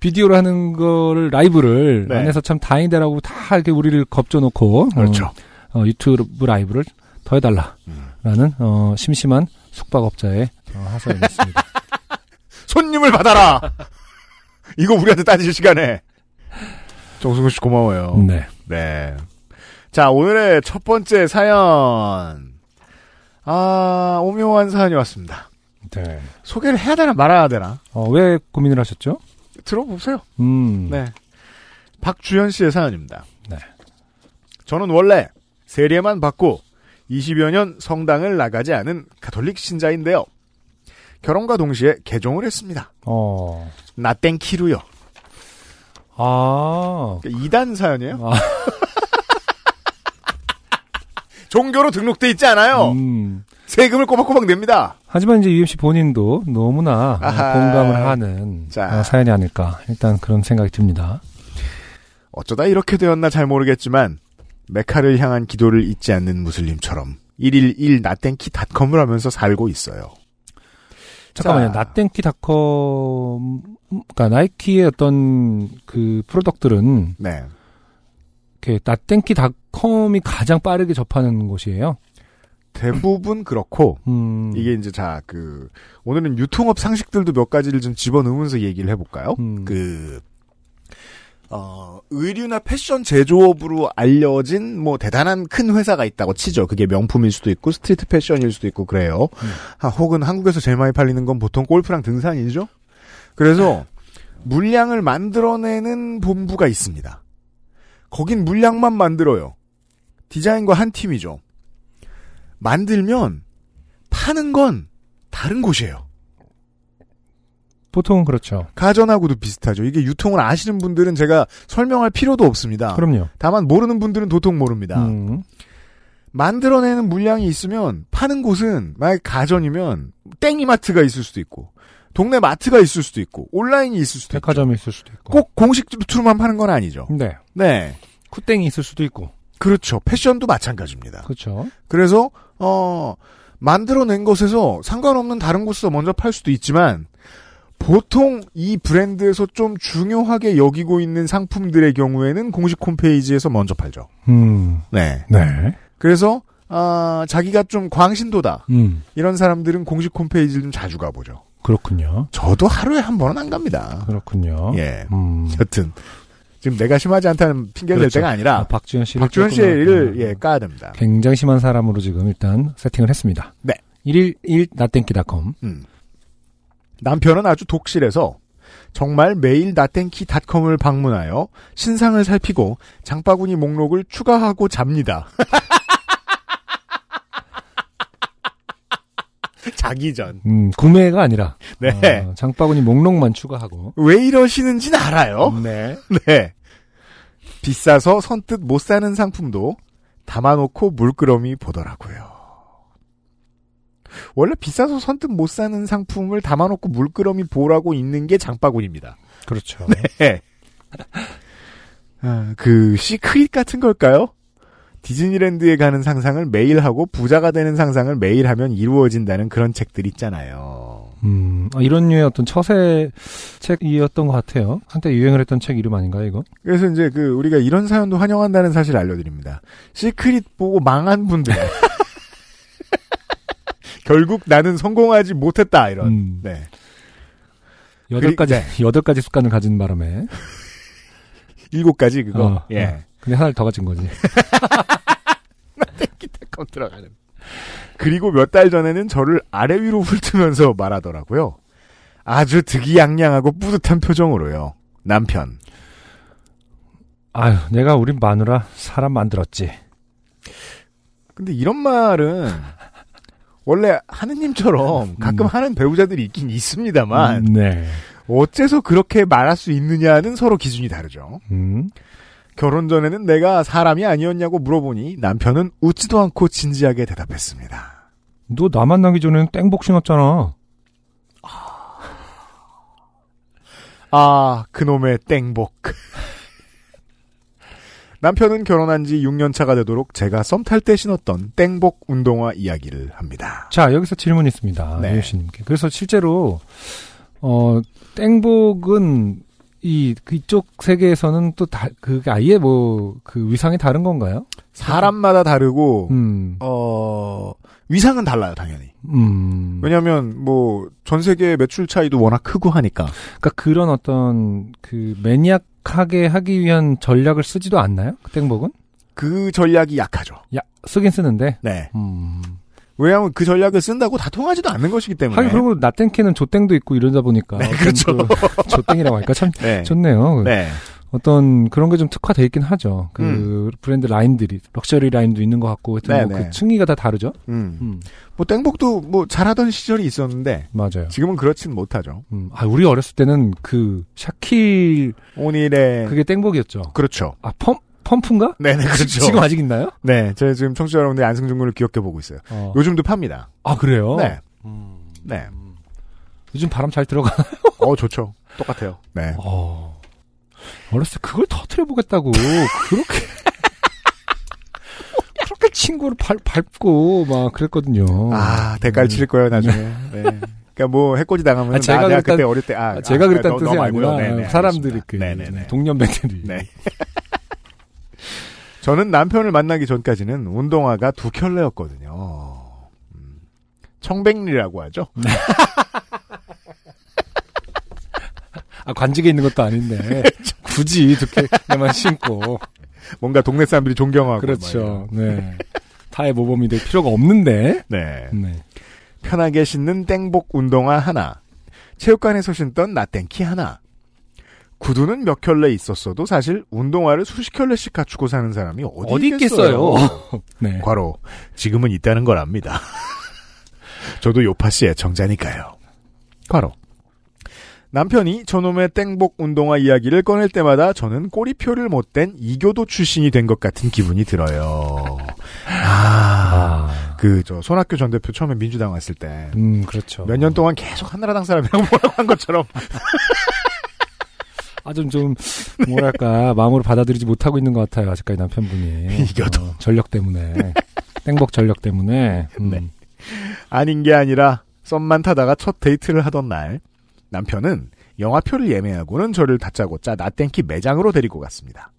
비디오로 하는 거를 라이브를 네. 안 해서 참 다행이다라고 다 이렇게 우리를 겁줘놓고 그렇죠. 어, 어, 유튜브 라이브를 더 해달라라는 어, 심심한 숙박업자의 어, 하소연이었습니다. 손님을 받아라! (laughs) 이거 우리한테 따질 시간에. 정승훈 씨 고마워요. (laughs) 네. 네. 자, 오늘의 첫 번째 사연. 아, 오묘한 사연이 왔습니다. 네. 소개를 해야 되나 말아야 되나 어, 왜 고민을 하셨죠? 들어보세요. 음. 네. 박주현 씨의 사연입니다. 네. 저는 원래 세례만 받고 20여 년 성당을 나가지 않은 가톨릭 신자인데요. 결혼과 동시에 개종을 했습니다. 어. 나땡키루요. 아. 그니단 사연이에요? 아. (laughs) 종교로 등록돼 있지 않아요. 음. 세금을 꼬박꼬박 냅니다. 하지만 이제 UMC 본인도 너무나 어, 아하. 공감을 하는 자. 어, 사연이 아닐까. 일단 그런 생각이 듭니다. 어쩌다 이렇게 되었나 잘 모르겠지만 메카를 향한 기도를 잊지 않는 무슬림처럼 111 나땡키닷컴을 하면서 살고 있어요. 잠깐만요. 자. 나땡키닷컴, 그러니까 나이키의 어떤 그 프로덕트들은 네. 이렇게 나땡키닷컴이 가장 빠르게 접하는 곳이에요. 대부분 그렇고 음. 이게 이제 자 그 오늘은 유통업 상식들도 몇 가지를 좀 집어넣으면서 얘기를 해볼까요? 음. 그 어, 의류나 패션 제조업으로 알려진 뭐 대단한 큰 회사가 있다고 치죠. 그게 명품일 수도 있고 스트리트 패션일 수도 있고 그래요. 아, 혹은 한국에서 제일 많이 팔리는 건 보통 골프랑 등산이죠. 그래서 물량을 만들어내는 본부가 있습니다. 거긴 물량만 만들어요. 디자인과 한 팀이죠. 만들면 파는 건 다른 곳이에요. 보통은 그렇죠. 가전하고도 비슷하죠. 이게 유통을 아시는 분들은 제가 설명할 필요도 없습니다. 그럼요. 다만 모르는 분들은 도통 모릅니다. 음. 만들어내는 물량이 있으면 파는 곳은 만약 가전이면 땡이마트가 있을 수도 있고 동네 마트가 있을 수도 있고 온라인이 있을 수도 있고 백화점이 있을 수도 있고. 꼭 공식 루트로만 파는 건 아니죠. 네. 네. 쿠땡이 있을 수도 있고. 그렇죠. 패션도 마찬가지입니다. 그렇죠. 그래서 어 만들어낸 것에서 상관없는 다른 곳에서 먼저 팔 수도 있지만 보통 이 브랜드에서 좀 중요하게 여기고 있는 상품들의 경우에는 공식 홈페이지에서 먼저 팔죠. 음. 네. 네. 그래서 아 자기가 좀 광신도다 음. 이런 사람들은 공식 홈페이지를 좀 자주 가보죠. 그렇군요. 저도 하루에 한 번은 안 갑니다. 그렇군요. 예. 음. 여튼 지금 내가 심하지 않다는 핑계를 그렇죠. 댈 때가 아니라 박지현 씨를 박주현 조금, 씨를 음, 예 까야 됩니다. 굉장히 심한 사람으로 지금 일단 세팅을 했습니다. 네. 111 나땡키닷컴. 음. 남편은 아주 독실해서 정말 매일 나땡키닷컴을 방문하여 신상을 살피고 장바구니 목록을 추가하고 잡니다. (laughs) 자기 전. 음, 구매가 아니라 네. 어, 장바구니 목록만 추가하고. 왜 이러시는지는 알아요. 네. 네. 비싸서 선뜻 못 사는 상품도 담아놓고 물끄러미 보더라고요. 원래 비싸서 선뜻 못 사는 상품을 담아놓고 물끄러미 보라고 있는 게 장바구니입니다. 그렇죠. (laughs) 예. 아, 그 시크릿 같은 걸까요? 디즈니랜드에 가는 상상을 매일 하고 부자가 되는 상상을 매일 하면 이루어진다는 그런 책들 있잖아요. 음, 아, 이런 류의 어떤 처세 책이었던 것 같아요. 한때 유행을 했던 책 이름 아닌가요, 이거? 그래서 이제 그 우리가 이런 사연도 환영한다는 사실 알려드립니다. 시크릿 보고 망한 분들. (laughs) 결국 나는 성공하지 못했다 이런. 음. 네. 여덟 그리- 네. 가지, 여덟 가지 습관을 가진 바람에. 일곱 가지 그거. 어, 예. 어. 근데 하나를 더 가진 거지. (laughs) 건 들어가는. 그리고 몇 달 전에는 저를 아래 위로 훑으면서 말하더라고요. 아주 득이양양하고 뿌듯한 표정으로요. 남편. 아유, 내가 우리 마누라 사람 만들었지. 근데 이런 말은 원래 하느님처럼 음. 가끔 하는 배우자들이 있긴 있습니다만 음, 네. 어째서 그렇게 말할 수 있느냐는 서로 기준이 다르죠. 음. 결혼 전에는 내가 사람이 아니었냐고 물어보니 남편은 웃지도 않고 진지하게 대답했습니다. 너 나 만나기 전에는 땡복 신었잖아. 아, 그놈의 땡복. (laughs) 남편은 결혼한 지 6년 차가 되도록 제가 썸 탈 때 신었던 땡복 운동화 이야기를 합니다. 자, 여기서 질문이 있습니다. 네. 네. 유씨님께. 그래서 실제로, 어, 땡복은, 이, 그쪽 세계에서는 또 다, 그게 아예 뭐, 그 위상이 다른 건가요? 사람마다 다르고, 음, 어, 위상은 달라요, 당연히. 음. 왜냐면, 하 뭐, 전 세계 매출 차이도 워낙 크고 하니까. 그러니까 그런 어떤, 그, 매니악하게 하기 위한 전략을 쓰지도 않나요? 그 땡복은? 그 전략이 약하죠. 야, 쓰긴 쓰는데, 네. 음, 왜냐하면 그 전략을 쓴다고 다 통하지도 않는 것이기 때문에. 하긴 그리고 나땡캐는 조땡도 있고 이러다 보니까 어떤 네. 그렇죠. 그 조땡이라고 할까 참 네. 좋네요. 네. 어떤 그런 게 좀 특화돼 있긴 하죠. 그 음. 브랜드 라인들이 럭셔리 라인도 있는 것 같고 하여튼 뭐 네네. 그 층위가 다 다르죠. 음. 음, 뭐 땡복도 뭐 잘하던 시절이 있었는데 맞아요. 지금은 그렇진 못하죠. 음, 아 우리 어렸을 때는 그 샤킬 오늘의 그게 땡복이었죠. 그렇죠. 아펌 펌프인가? 네네 네. 그렇죠. 지- 지금 아직 있나요? 네, 저희 지금 청취자 여러분들이 안승준 군을 기억해 보고 있어요. 어. 요즘도 팝니다. 아 그래요? 네, 음, 네. 요즘 바람 잘 들어가. 어 좋죠. 똑같아요. 네. 어. 어렸을 때 그걸 터트려 보겠다고 그렇게 (laughs) 그렇게 친구를 밟, 밟고 막 그랬거든요. 아 대가를 칠 거예요 나중에. 네. 그러니까 뭐 해코지 당하면 아, 제가 나, 내가 그랬단- 그때 어릴 때 아, 아, 제가 아, 그랬다는 너- 너 뜻이 말고요. 아니라 네, 네, 사람들이 알겠습니다. 그 네네네. 동년배들이 네. (laughs) 저는 남편을 만나기 전까지는 운동화가 두 켤레였거든요. 음, 청백리라고 하죠. 아 관직에 있는 것도 (laughs) 아닌데 그렇죠. 굳이 이렇게 내만 신고 뭔가 동네 사람들이 존경하고 그렇죠. 네. 타의 모범이 될 필요가 없는데. (laughs) 네. 네. 편하게 신는 땡복 운동화 하나, 체육관에서 신던 나땡키 하나. 구두는 몇 켤레 있었어도 사실 운동화를 수십 켤레씩 갖추고 사는 사람이 어디, 어디 있겠어요? 네. (laughs) 과로 지금은 있다는 걸 압니다. (laughs) 저도 요파 씨의 정자니까요. 과로 남편이 저놈의 땡복 운동화 이야기를 꺼낼 때마다 저는 꼬리표를 못 댄 이교도 출신이 된 것 같은 기분이 들어요. 아, 아. 그 저 손학규 전 대표 처음에 민주당 왔을 때 음, 그렇죠. 몇 년 동안 계속 한나라당 사람이라고 (laughs) 뭐라고 한 것처럼. 아, 좀, (laughs) 좀, 네. 뭐랄까, 마음으로 받아들이지 못하고 있는 것 같아요, 아직까지 남편분이. (laughs) 이겨도. 어, 전력 때문에. 땡복 전력 때문에. 음. 네. 아닌 게 아니라 썸만 타다가 첫 데이트를 하던 날 남편은 영화표를 예매하고는 저를 다짜고짜 나땡키 매장으로 데리고 갔습니다.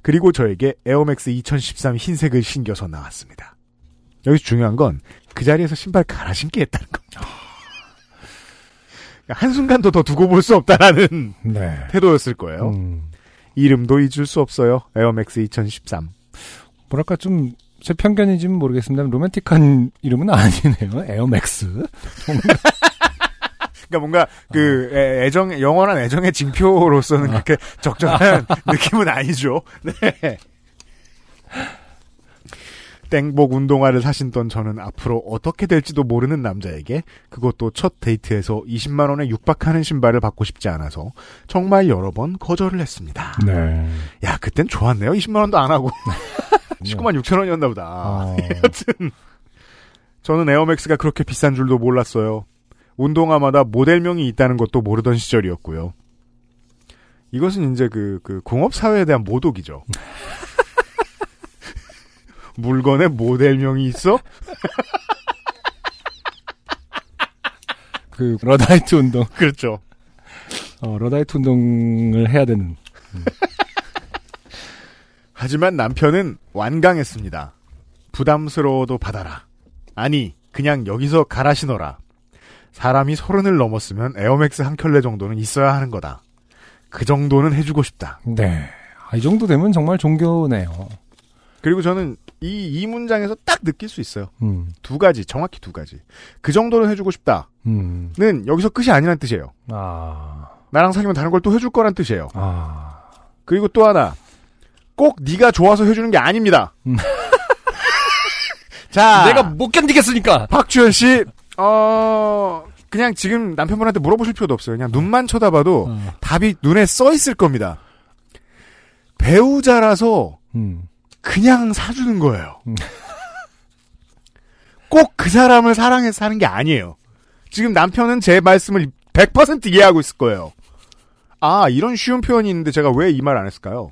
그리고 저에게 에어맥스 2013 흰색을 신겨서 나왔습니다. 여기서 중요한 건 그 자리에서 신발 갈아 신게 했다는 겁니다. 그러니까 한순간도 더 두고 볼 수 없다라는 (laughs) 네. 태도였을 거예요. 음, 이름도 잊을 수 없어요. 에어맥스 2013. 뭐랄까, 좀, 제 편견인지는 모르겠습니다만, 로맨틱한 이름은 아니네요. 에어맥스. 그러니까 뭔가 그 애- 애정 영원한 애정의 징표로서는 그렇게 적절한 느낌은 아니죠. 네. 땡복 운동화를 사신던 저는 앞으로 어떻게 될지도 모르는 남자에게 그것도 첫 데이트에서 20만 원에 육박하는 신발을 받고 싶지 않아서 정말 여러 번 거절을 했습니다. 네. 야 그땐 좋았네요. 20만 원도 안 하고 (laughs) 19만 6천 원이었나 보다. 어. 여튼 저는 에어맥스가 그렇게 비싼 줄도 몰랐어요. 운동화마다 모델명이 있다는 것도 모르던 시절이었고요. 이것은 이제 그, 그 공업 사회에 대한 모독이죠. (laughs) 물건에 모델명이 있어? (laughs) 그, 러다이트 운동. 그렇죠. 어, 러다이트 운동을 해야 되는. 하지만 남편은 완강했습니다. 부담스러워도 받아라. 아니, 그냥 여기서 갈아 신어라. 사람이 서른을 넘었으면 에어맥스 한 켤레 정도는 있어야 하는 거다. 그 정도는 해주고 싶다. 네. 아, 이 정도 되면 정말 종교네요. 그리고 저는 이, 이 문장에서 딱 느낄 수 있어요. 음, 두 가지, 정확히 두 가지. 그 정도는 해주고 싶다는 음, 여기서 끝이 아니란 뜻이에요. 아, 나랑 사귀면 다른 걸 또 해줄 거란 뜻이에요. 아, 그리고 또 하나, 꼭 네가 좋아서 해주는 게 아닙니다. 음. 자, 못 견디겠으니까. 박주현 씨, 어, 그냥 지금 남편분한테 물어보실 필요도 없어요. 그냥 눈만 쳐다봐도 어, 답이 눈에 써 있을 겁니다. 배우자라서 음, 그냥 사주는 거예요. 음. (laughs) 꼭 그 사람을 사랑해서 사는 게 아니에요. 지금 남편은 제 말씀을 100% 이해하고 있을 거예요. 아, 이런 쉬운 표현이 있는데 제가 왜 이 말 안 했을까요?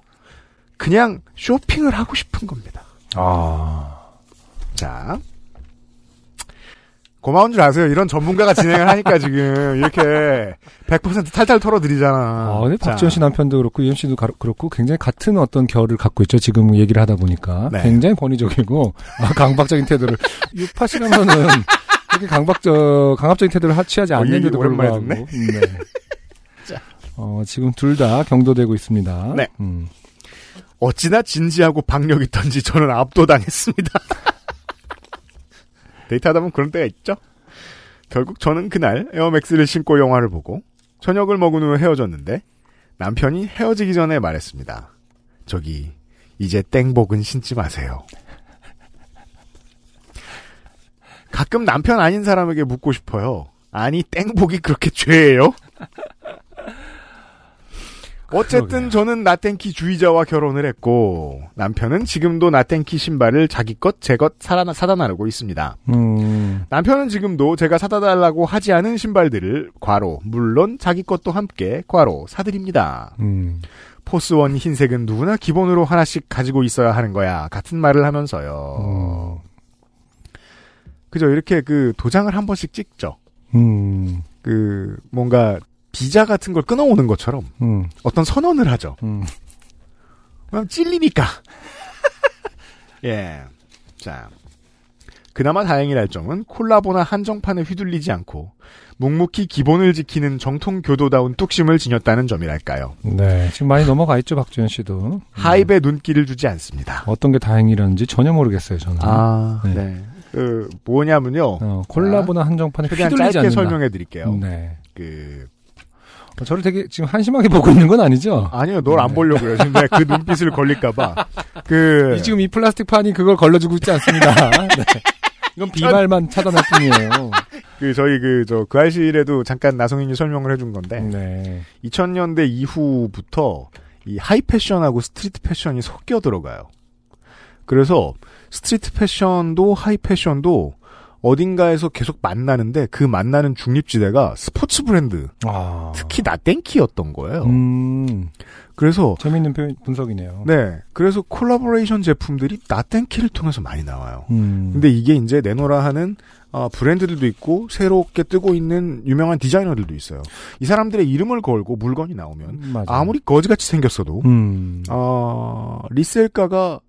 그냥 쇼핑을 하고 싶은 겁니다. 아, 자. 고마운 줄 아세요. 이런 전문가가 진행을 하니까 지금 이렇게 100% 탈탈 털어드리잖아. 아, 근데 박지원 씨 남편도 그렇고 이현 씨도 가- 그렇고 굉장히 같은 어떤 결을 갖고 있죠. 지금 얘기를 하다 보니까 네. 굉장히 권위적이고 아, 강박적인 (laughs) 태도를 유파 씨랑은 이렇게 강박적 강압적인 태도를 하- 취하지 어, 이 않는데도 얘기 오랜만에 불구하고 네. (laughs) 어, 지금 둘 다 경도되고 있습니다. 네. 음. 어찌나 진지하고 박력 있던지 저는 압도당했습니다. 데이트하다 보면 그런 때가 있죠. 결국 저는 그날 에어맥스를 신고 영화를 보고 저녁을 먹은 후 헤어졌는데 남편이 헤어지기 전에 말했습니다. 저기 이제 땡복은 신지 마세요. 가끔 남편 아닌 사람에게 묻고 싶어요. 아니 땡복이 그렇게 죄예요? 어쨌든 저는 나땡키 주의자와 결혼을 했고 남편은 지금도 나땡키 신발을 자기 것 제 것 사다 나르고 있습니다. 음, 남편은 지금도 제가 사다 달라고 하지 않은 신발들을 과로 물론 자기 것도 함께 과로 사드립니다. 음. 포스원 흰색은 누구나 기본으로 하나씩 가지고 있어야 하는 거야 같은 말을 하면서요. 어, 그죠 이렇게 그 도장을 한 번씩 찍죠. 음, 그 뭔가 비자 같은 걸 끊어오는 것처럼 음, 어떤 선언을 하죠. 음. 그럼 (laughs) 찔리니까. 예. 자. 그나마 다행이랄 점은 콜라보나 한정판에 휘둘리지 않고 묵묵히 기본을 지키는 정통 교도다운 뚝심을 지녔다는 점이랄까요. 네. 지금 많이 넘어가 있죠, 박지현 씨도. 하입에 눈길을 주지 않습니다. 어떤 게 다행이라는지 전혀 모르겠어요, 저는. 아, 네. 그 뭐냐면요. 어, 콜라보나 한정판에 최대한 휘둘리지 짧게 않는다. 설명해 드릴게요. 네. 그 어, 저를 되게 지금 한심하게 보고 있는 건 아니죠? 아니요, 널 안 네. 보려고 그래요. 지금 내가 그 눈빛을 걸릴까 (laughs) 봐. 그 이 지금 이 플라스틱 판이 그걸 걸러주고 있지 (laughs) 않습니다. 네. 이건 비말만 차단할 뿐이에요. 그 저희 그 저 그 알실에도 잠깐 나성인이 설명을 해준 건데 네. 2000년대 이후부터 이 하이 패션하고 스트리트 패션이 섞여 들어가요. 그래서 스트리트 패션도 하이 패션도 어딘가에서 계속 만나는데 그 만나는 중립지대가 스포츠 브랜드, 아. 특히 나땡키였던 거예요. 음, 그래서 재밌는 표현, 분석이네요. 네, 그래서 콜라보레이션 제품들이 나땡키를 통해서 많이 나와요. 음. 근데 이게 이제 내노라 하는 어, 브랜드들도 있고 새롭게 뜨고 있는 유명한 디자이너들도 있어요. 이 사람들의 이름을 걸고 물건이 나오면 맞아요. 아무리 거지같이 생겼어도 음. 어, 리셀가가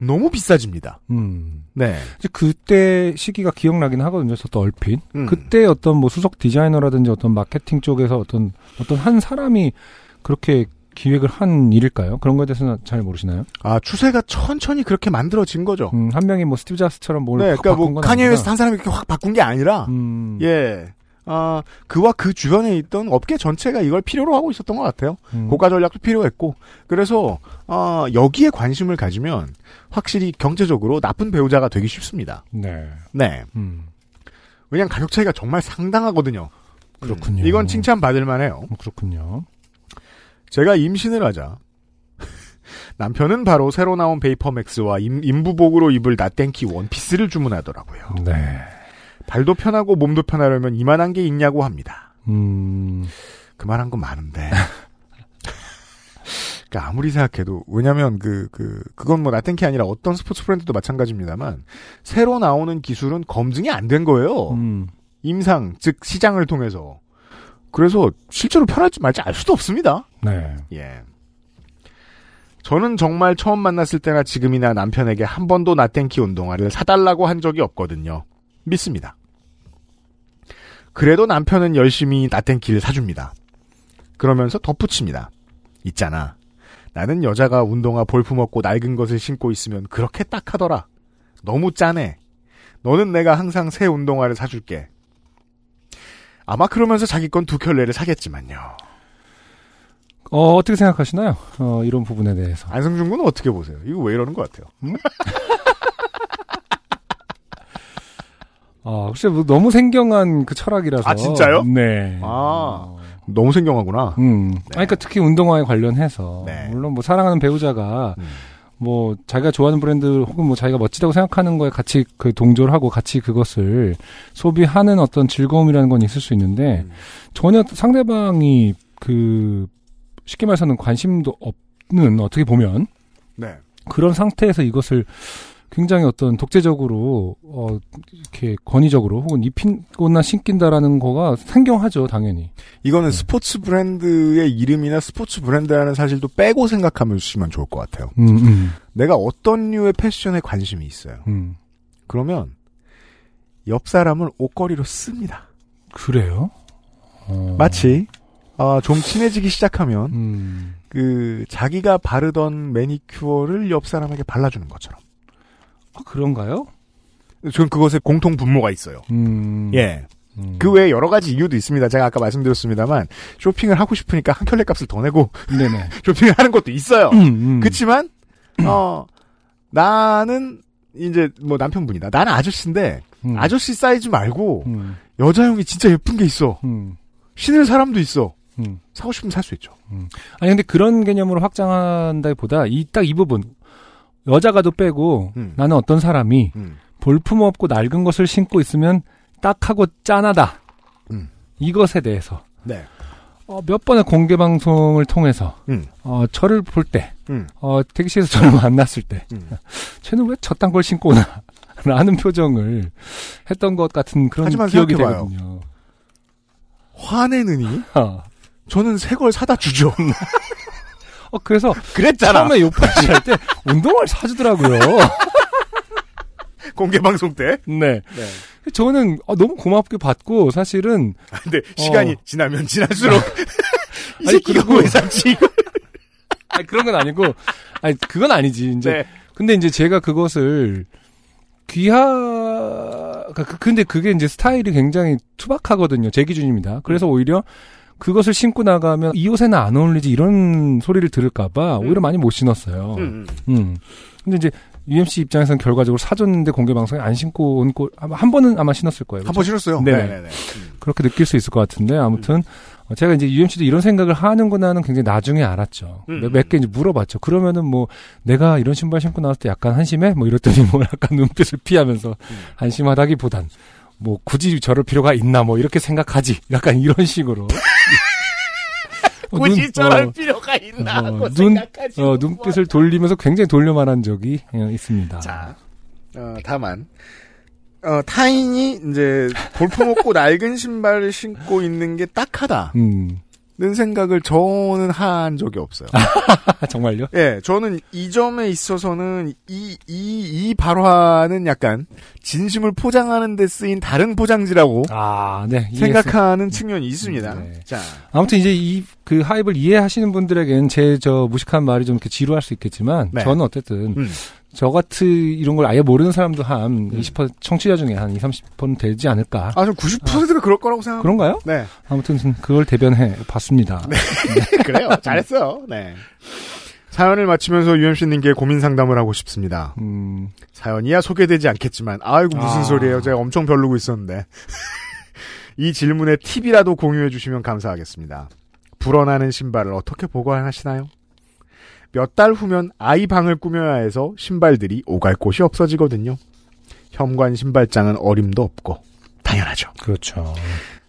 너무 비싸집니다. 음. 네. 이제 그때 시기가 기억나긴 하거든요. 저도 얼핏. 음. 그때 어떤 뭐 수석 디자이너라든지 어떤 마케팅 쪽에서 어떤 어떤 한 사람이 그렇게 기획을 한 일일까요? 그런 거에 대해서는 잘 모르시나요? 아, 추세가 천천히 그렇게 만들어진 거죠. 음, 한 명이 뭐 스티브 잡스처럼 뭘 네. 확 그러니까 바꾼 뭐 건 카니에 웨스트 아니구나. 한 사람이 이렇게 확 바꾼 게 아니라 음, 예. 아, 그와 그 주변에 있던 업계 전체가 이걸 필요로 하고 있었던 것 같아요. 음. 고가 전략도 필요했고. 그래서 아, 여기에 관심을 가지면 확실히 경제적으로 나쁜 배우자가 되기 쉽습니다. 네. 네. 음. 왜냐면 가격 차이가 정말 상당하거든요. 그렇군요. 음, 이건 칭찬받을 만해요. 음, 그렇군요. 제가 임신을 하자 (laughs) 남편은 바로 새로 나온 베이퍼맥스와 임, 임부복으로 입을 나땡키 원피스를 주문하더라고요. 네. 발도 편하고 몸도 편하려면 이만한 게 있냐고 합니다. 음. 그만한 건 많은데. 그러니까 아무리 생각해도 왜냐하면 그 그 그건 뭐 나땡키 아니라 어떤 스포츠 브랜드도 마찬가지입니다만 새로 나오는 기술은 검증이 안 된 거예요. 음. 임상 즉 시장을 통해서 그래서 실제로 편할지 말지 알 수도 없습니다. 네. 예. 저는 정말 처음 만났을 때나 지금이나 남편에게 한 번도 나땡키 운동화를 사달라고 한 적이 없거든요. 믿습니다. 그래도 남편은 열심히 나땡키를 사줍니다. 그러면서 덧붙입니다. 있잖아. 나는 여자가 운동화 볼품없고 낡은 것을 신고 있으면 그렇게 딱 하더라. 너무 짠해. 너는 내가 항상 새 운동화를 사줄게. 아마 그러면서 자기 건 두 켤레를 사겠지만요. 어, 어떻게 생각하시나요? 어, 이런 부분에 대해서. 안성준 군은 어떻게 보세요? 이거 왜 이러는 것 같아요? 아, 글쎄, 뭐 너무 생경한 그 철학이라서. 아, 진짜요? 네. 아. 너무 생경하구나. 음. 아니, 그러니까 특히 운동화에 관련해서 네. 물론 뭐 사랑하는 배우자가 음. 뭐 자기가 좋아하는 브랜드 혹은 뭐 자기가 멋지다고 생각하는 거에 같이 그 동조를 하고 같이 그것을 소비하는 어떤 즐거움이라는 건 있을 수 있는데 음. 전혀 상대방이 그 쉽게 말해서는 관심도 없는 어떻게 보면 네. 그런 상태에서 이것을 굉장히 어떤 독재적으로 어 이렇게 권위적으로 혹은 입힌거나 신긴다라는 거가 생경하죠 당연히 이거는 스포츠 브랜드의 이름이나 스포츠 브랜드라는 사실도 빼고 생각하시면 좋을 것 같아요. 음, 음, 내가 어떤 류의 패션에 관심이 있어요. 음. 그러면 옆 사람을 옷걸이로 씁니다. 그래요 어. 마치 아, 좀 친해지기 시작하면 음. 그 자기가 바르던 매니큐어를 옆 사람에게 발라주는 것처럼. 아, 그런가요? 지금 그것에 공통 분모가 있어요. 음. 예. 음. 그 외에 여러 가지 이유도 있습니다. 제가 아까 말씀드렸습니다만 쇼핑을 하고 싶으니까 한 켤레 값을 더 내고 네네. 쇼핑을 하는 것도 있어요. 음, 음. 그치만, 어, 나는, 이제, 뭐, 남편분이다. 나는 아저씨인데, 음. 아저씨 사이즈 말고, 음. 여자용이 진짜 예쁜 게 있어. 음. 신을 사람도 있어. 음. 사고 싶으면 살 수 있죠. 아니 근데 그런 개념으로 확장한다기보다 이 딱 이 부분 여자가도 빼고 음. 나는 어떤 사람이 볼품 없고 낡은 것을 신고 있으면 딱하고 짠하다. 음. 이것에 대해서 네. 어, 몇 번의 공개 방송을 통해서 음. 어, 저를 볼 때, 음. 어, 택시에서 저를 (laughs) 만났을 때, 음. 쟤는 왜 저딴 걸 신고 오나? (laughs) 라는 표정을 했던 것 같은 그런 하지만 기억이 생각해봐요. 되거든요. 화내느니, 어, 저는 새 걸 사다 주죠. 어, (laughs) 그래서 (laughs) 그랬잖아. 처음에 요파시 할 때 운동화를 사주더라고요. (laughs) 공개 방송 때. 네. 저는 어, 너무 고맙게 받고 사실은 근데 어. 네. 시간이 지나면 지날수록. (laughs) 이 아니, 새끼가 그리고- 왜 샀지? 이거? 아니, 그런 건 아니고 아니 그건 아니지 이제 네. 근데 이제 제가 그것을 귀하 그- 그- 근데 그게 이제 스타일이 굉장히 투박하거든요. 제 기준입니다. 그래서 오히려 그것을 신고 나가면 이 옷에는 안 어울리지 이런 소리를 들을까봐 오히려 많이 못 신었어요. 음. 음. 근데 이제 UMC 입장에서는 결과적으로 사줬는데 공개 방송에 안 신고 온 꼴, 아마 한 번은 아마 신었을 거예요. 한번 실었어요. 네. 네네네. 그렇게 느낄 수 있을 것 같은데 아무튼 어, 제가 이제 UMC도 이런 생각을 하는구나는 굉장히 나중에 알았죠. 음. 몇 개 이제 물어봤죠. 그러면은 뭐 내가 이런 신발 신고 나왔을 때 약간 한심해? 뭐 이랬더니 뭐 약간 (laughs) 눈빛을 피하면서 음. 한심하다기보단 뭐 굳이 저럴 필요가 있나 뭐 이렇게 생각하지. 약간 이런 식으로. 어, (laughs) 눈- 굳이 저럴 어, 필요가 있나 어, 하고 눈- 생각하지 뭐. 어, 눈빛을 돌리면서 굉장히 돌려 말한 적이 어, 있습니다. 자, 어, 다만, 어, 타인이 이제 볼품없고 (laughs) 낡은 신발을 신고 있는 게 딱하다는 음. 생각을 저는 한 적이 없어요. 아, 정말요? 예, 저는 이 점에 있어서는 이, 이, 이 발화는 약간 진심을 포장하는 데 쓰인 다른 포장지라고 아, 네. 이해했습니다. 생각하는 측면이 있습니다. 네. 자, 아무튼 이제 이 그 하입을 이해하시는 분들에겐 제 저 무식한 말이 좀 이렇게 지루할 수 있겠지만 네. 저는 어쨌든 음. 저 같은 이런 걸 아예 모르는 사람도 한 20% 청취자 중에 한 20, 30% 되지 않을까 아, 전 90%가 그럴 거라고 생각합니다. 그런가요? 네, 아무튼 저는 그걸 대변해 봤습니다. (laughs) 그래요. 잘했어요. 네. 사연을 마치면서 UMC님께 고민 상담을 하고 싶습니다. 음, 사연이야 소개되지 않겠지만 아이고 무슨 아. 소리예요 제가 엄청 별르고 있었는데 (laughs) 이 질문에 팁이라도 공유해 주시면 감사하겠습니다 불어나는 신발을 어떻게 보관하시나요? 몇 달 후면 아이 방을 꾸며야 해서 신발들이 오갈 곳이 없어지거든요 현관 신발장은 어림도 없고 당연하죠 그렇죠.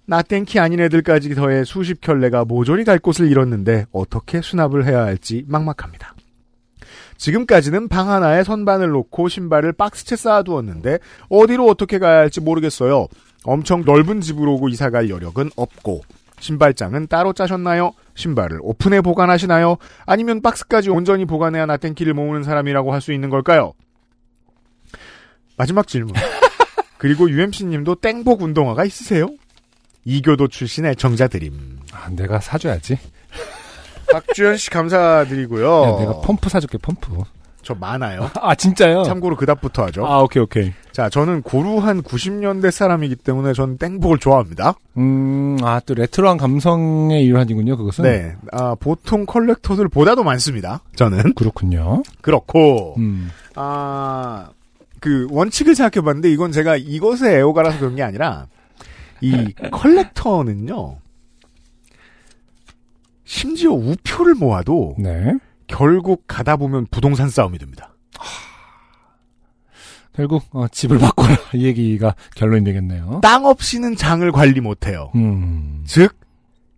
나땡키 아닌 애들까지 더해 수십 켤레가 모조리 갈 곳을 잃었는데 어떻게 수납을 해야 할지 막막합니다. 지금까지는 방 하나에 선반을 놓고 신발을 박스채 쌓아두었는데 어디로 어떻게 가야 할지 모르겠어요. 엄청 넓은 집으로 오고 이사갈 여력은 없고 신발장은 따로 짜셨나요? 신발을 오픈해 보관하시나요? 아니면 박스까지 온전히 보관해야 나땡키를 모으는 사람이라고 할 수 있는 걸까요? 마지막 질문. 그리고 UMC님도 땡복 운동화가 있으세요? 이교도 출신의 정자드림. 아, 내가 사줘야지. 박주현 씨 감사드리고요. 야, 내가 펌프 사줄게 펌프. 저 많아요. 아 진짜요? 어? 참고로 그답부터 하죠. 아 오케이 오케이. 자, 저는 고루한 90년대 사람이기 때문에 저는 땡복을 좋아합니다. 음아 또 레트로한 감성의 일환이군요 그것은. 네, 아, 보통 컬렉터들보다도 많습니다. 저는 그렇군요. 그렇고 음. 아, 그 원칙을 생각해봤는데 이건 제가 이것에 애호가라서 그런 게 아니라 이 컬렉터는요. 심지어 우표를 모아도 네. 결국 가다 보면 부동산 싸움이 됩니다. 결국 어, 집을 바꿔라 이 얘기가 결론이 되겠네요. 땅 없이는 장을 관리 못해요. 음. 즉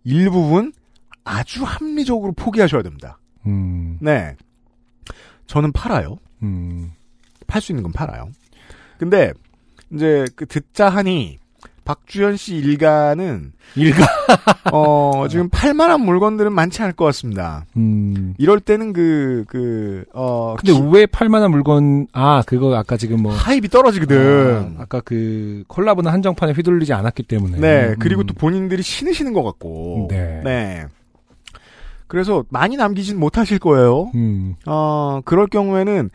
일부분 아주 합리적으로 포기하셔야 됩니다. 음, 네, 저는 팔아요. 음, 팔 수 있는 건 팔아요. 근데 이제 그 듣자 하니 박주현 씨 일가는 일가. (laughs) 어 지금 팔만한 물건들은 많지 않을 것 같습니다. 음. 이럴 때는 그 그어 근데 왜 팔만한 물건, 아, 그거 아까 지금 뭐. 하입이 떨어지거든. 아, 까그 콜라보는 한정판에 휘둘리지 않았기 때문에. 네, 그리고 음. 또 본인들이 신으시는 것 같고. 네. 네. 그래서 많이 남기진 못하실 거예요. 음, 아, 어, 그럴 경우에는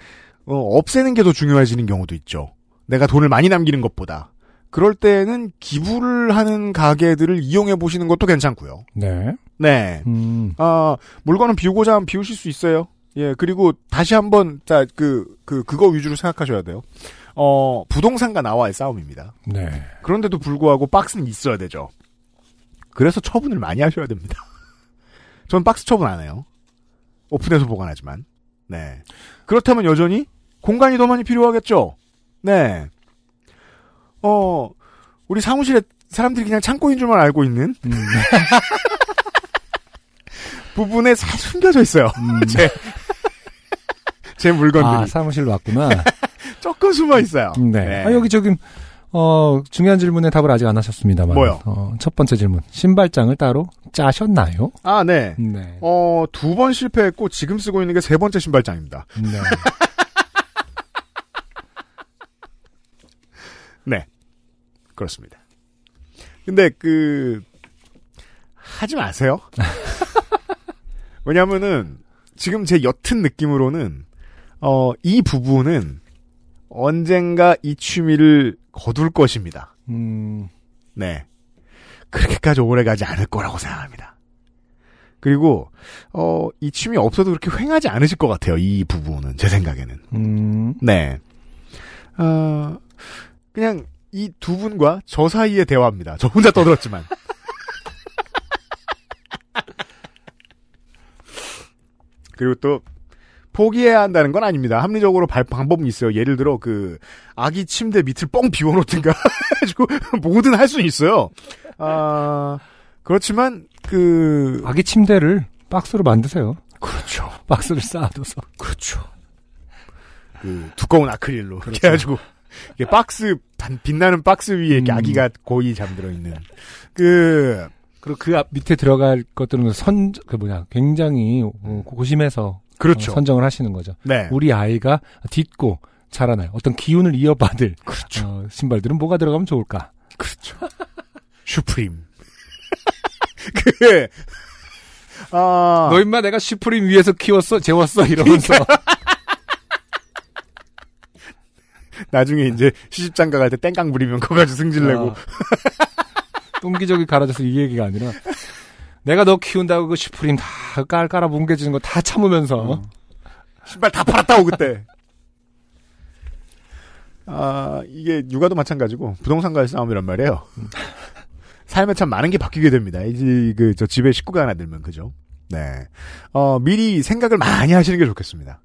어, 없애는 게 더 중요해지는 경우도 있죠. 내가 돈을 많이 남기는 것보다. 그럴 때는 기부를 하는 가게들을 이용해 보시는 것도 괜찮고요. 네. 네. 음. 아, 물건은 비우고자 하면 비우실 수 있어요. 예, 그리고 다시 한번 자, 그, 그, 그거 위주로 생각하셔야 돼요. 어, 부동산과 나와의 싸움입니다. 네. 그런데도 불구하고 박스는 있어야 되죠. 그래서 처분을 많이 하셔야 됩니다. (laughs) 전 박스 처분 안 해요. 오픈해서 보관하지만. 네. 그렇다면 여전히 공간이 더 많이 필요하겠죠? 네. 어, 우리 사무실에 사람들이 그냥 창고인 줄만 알고 있는 음. (laughs) 부분에 잘 숨겨져 있어요. (laughs) 제, 제 아, 물건들이 사무실로 왔구나. 조금 숨어 있어요. 네. 아, 여기 지금 어, 중요한 질문에 답을 아직 안 하셨습니다만. 뭐요? 어, 첫 번째 질문. 신발장을 따로 짜셨나요? 아, 네. 네. 어, 두 번 실패했고 지금 쓰고 있는 게 세 번째 신발장입니다. 네. 그렇습니다. 근데 그 하지 마세요. 왜냐면은 지금 제 옅은 느낌으로는 어, 이 부분은 언젠가 이 취미를 거둘 것입니다. 음. 네. 그렇게까지 오래 가지 않을 거라고 생각합니다. 그리고, 어, 이 취미 없어도 그렇게 횡하지 않으실 것 같아요. 이 부분은. 제 생각에는. 음. 네. 어, 그냥 이 두 분과 저 사이의 대화입니다. 저 혼자 떠들었지만. (laughs) 그리고 또 포기해야 한다는 건 아닙니다. 합리적으로 발 방법은 있어요. 예를 들어 그 아기 침대 밑을 뻥 비워놓든가 (laughs) 해가지고 뭐든 할 수 있어요. 아 그렇지만 그 아기 침대를 박스로 만드세요. 그렇죠. 박스를 쌓아둬서. (laughs) 그렇죠. 그 두꺼운 아크릴로 그렇게 그렇죠. 해가지고 이게 박스 단- 빛나는 박스 위에 이렇게 음. 아기가 고이 잠들어 있는 그 그리고 그 앞 밑에 들어갈 것들은 선, 그 뭐냐, 굉장히 어, 고심해서 그렇죠. 어, 선정을 하시는 거죠. 네 우리 아이가 딛고 자라나요. 어떤 기운을 이어받을 그렇죠. 어, 신발들은 뭐가 들어가면 좋을까? 슈프림 (laughs) 그 그아 너 임마 내가 슈프림 위에서 키웠어, 재웠어 이러면서 (laughs) 나중에 이제 시집장 가갈 때 땡깡 부리면 그거 가지고 승질내고 아, 똥기저귀 갈아줘서 이 얘기가 아니라 내가 너 키운다고 그 슈프림 다 깔, 깔아 뭉개지는 거 다 참으면서 신발 다 팔았다고 그때. (laughs) 아 이게 육아도 마찬가지고 부동산과의 싸움이란 말이에요. (laughs) 삶에 참 많은 게 바뀌게 됩니다. 이제 그 저 집에 식구가 하나 들면 그죠. 네. 어 미리 생각을 많이 하시는 게 좋겠습니다.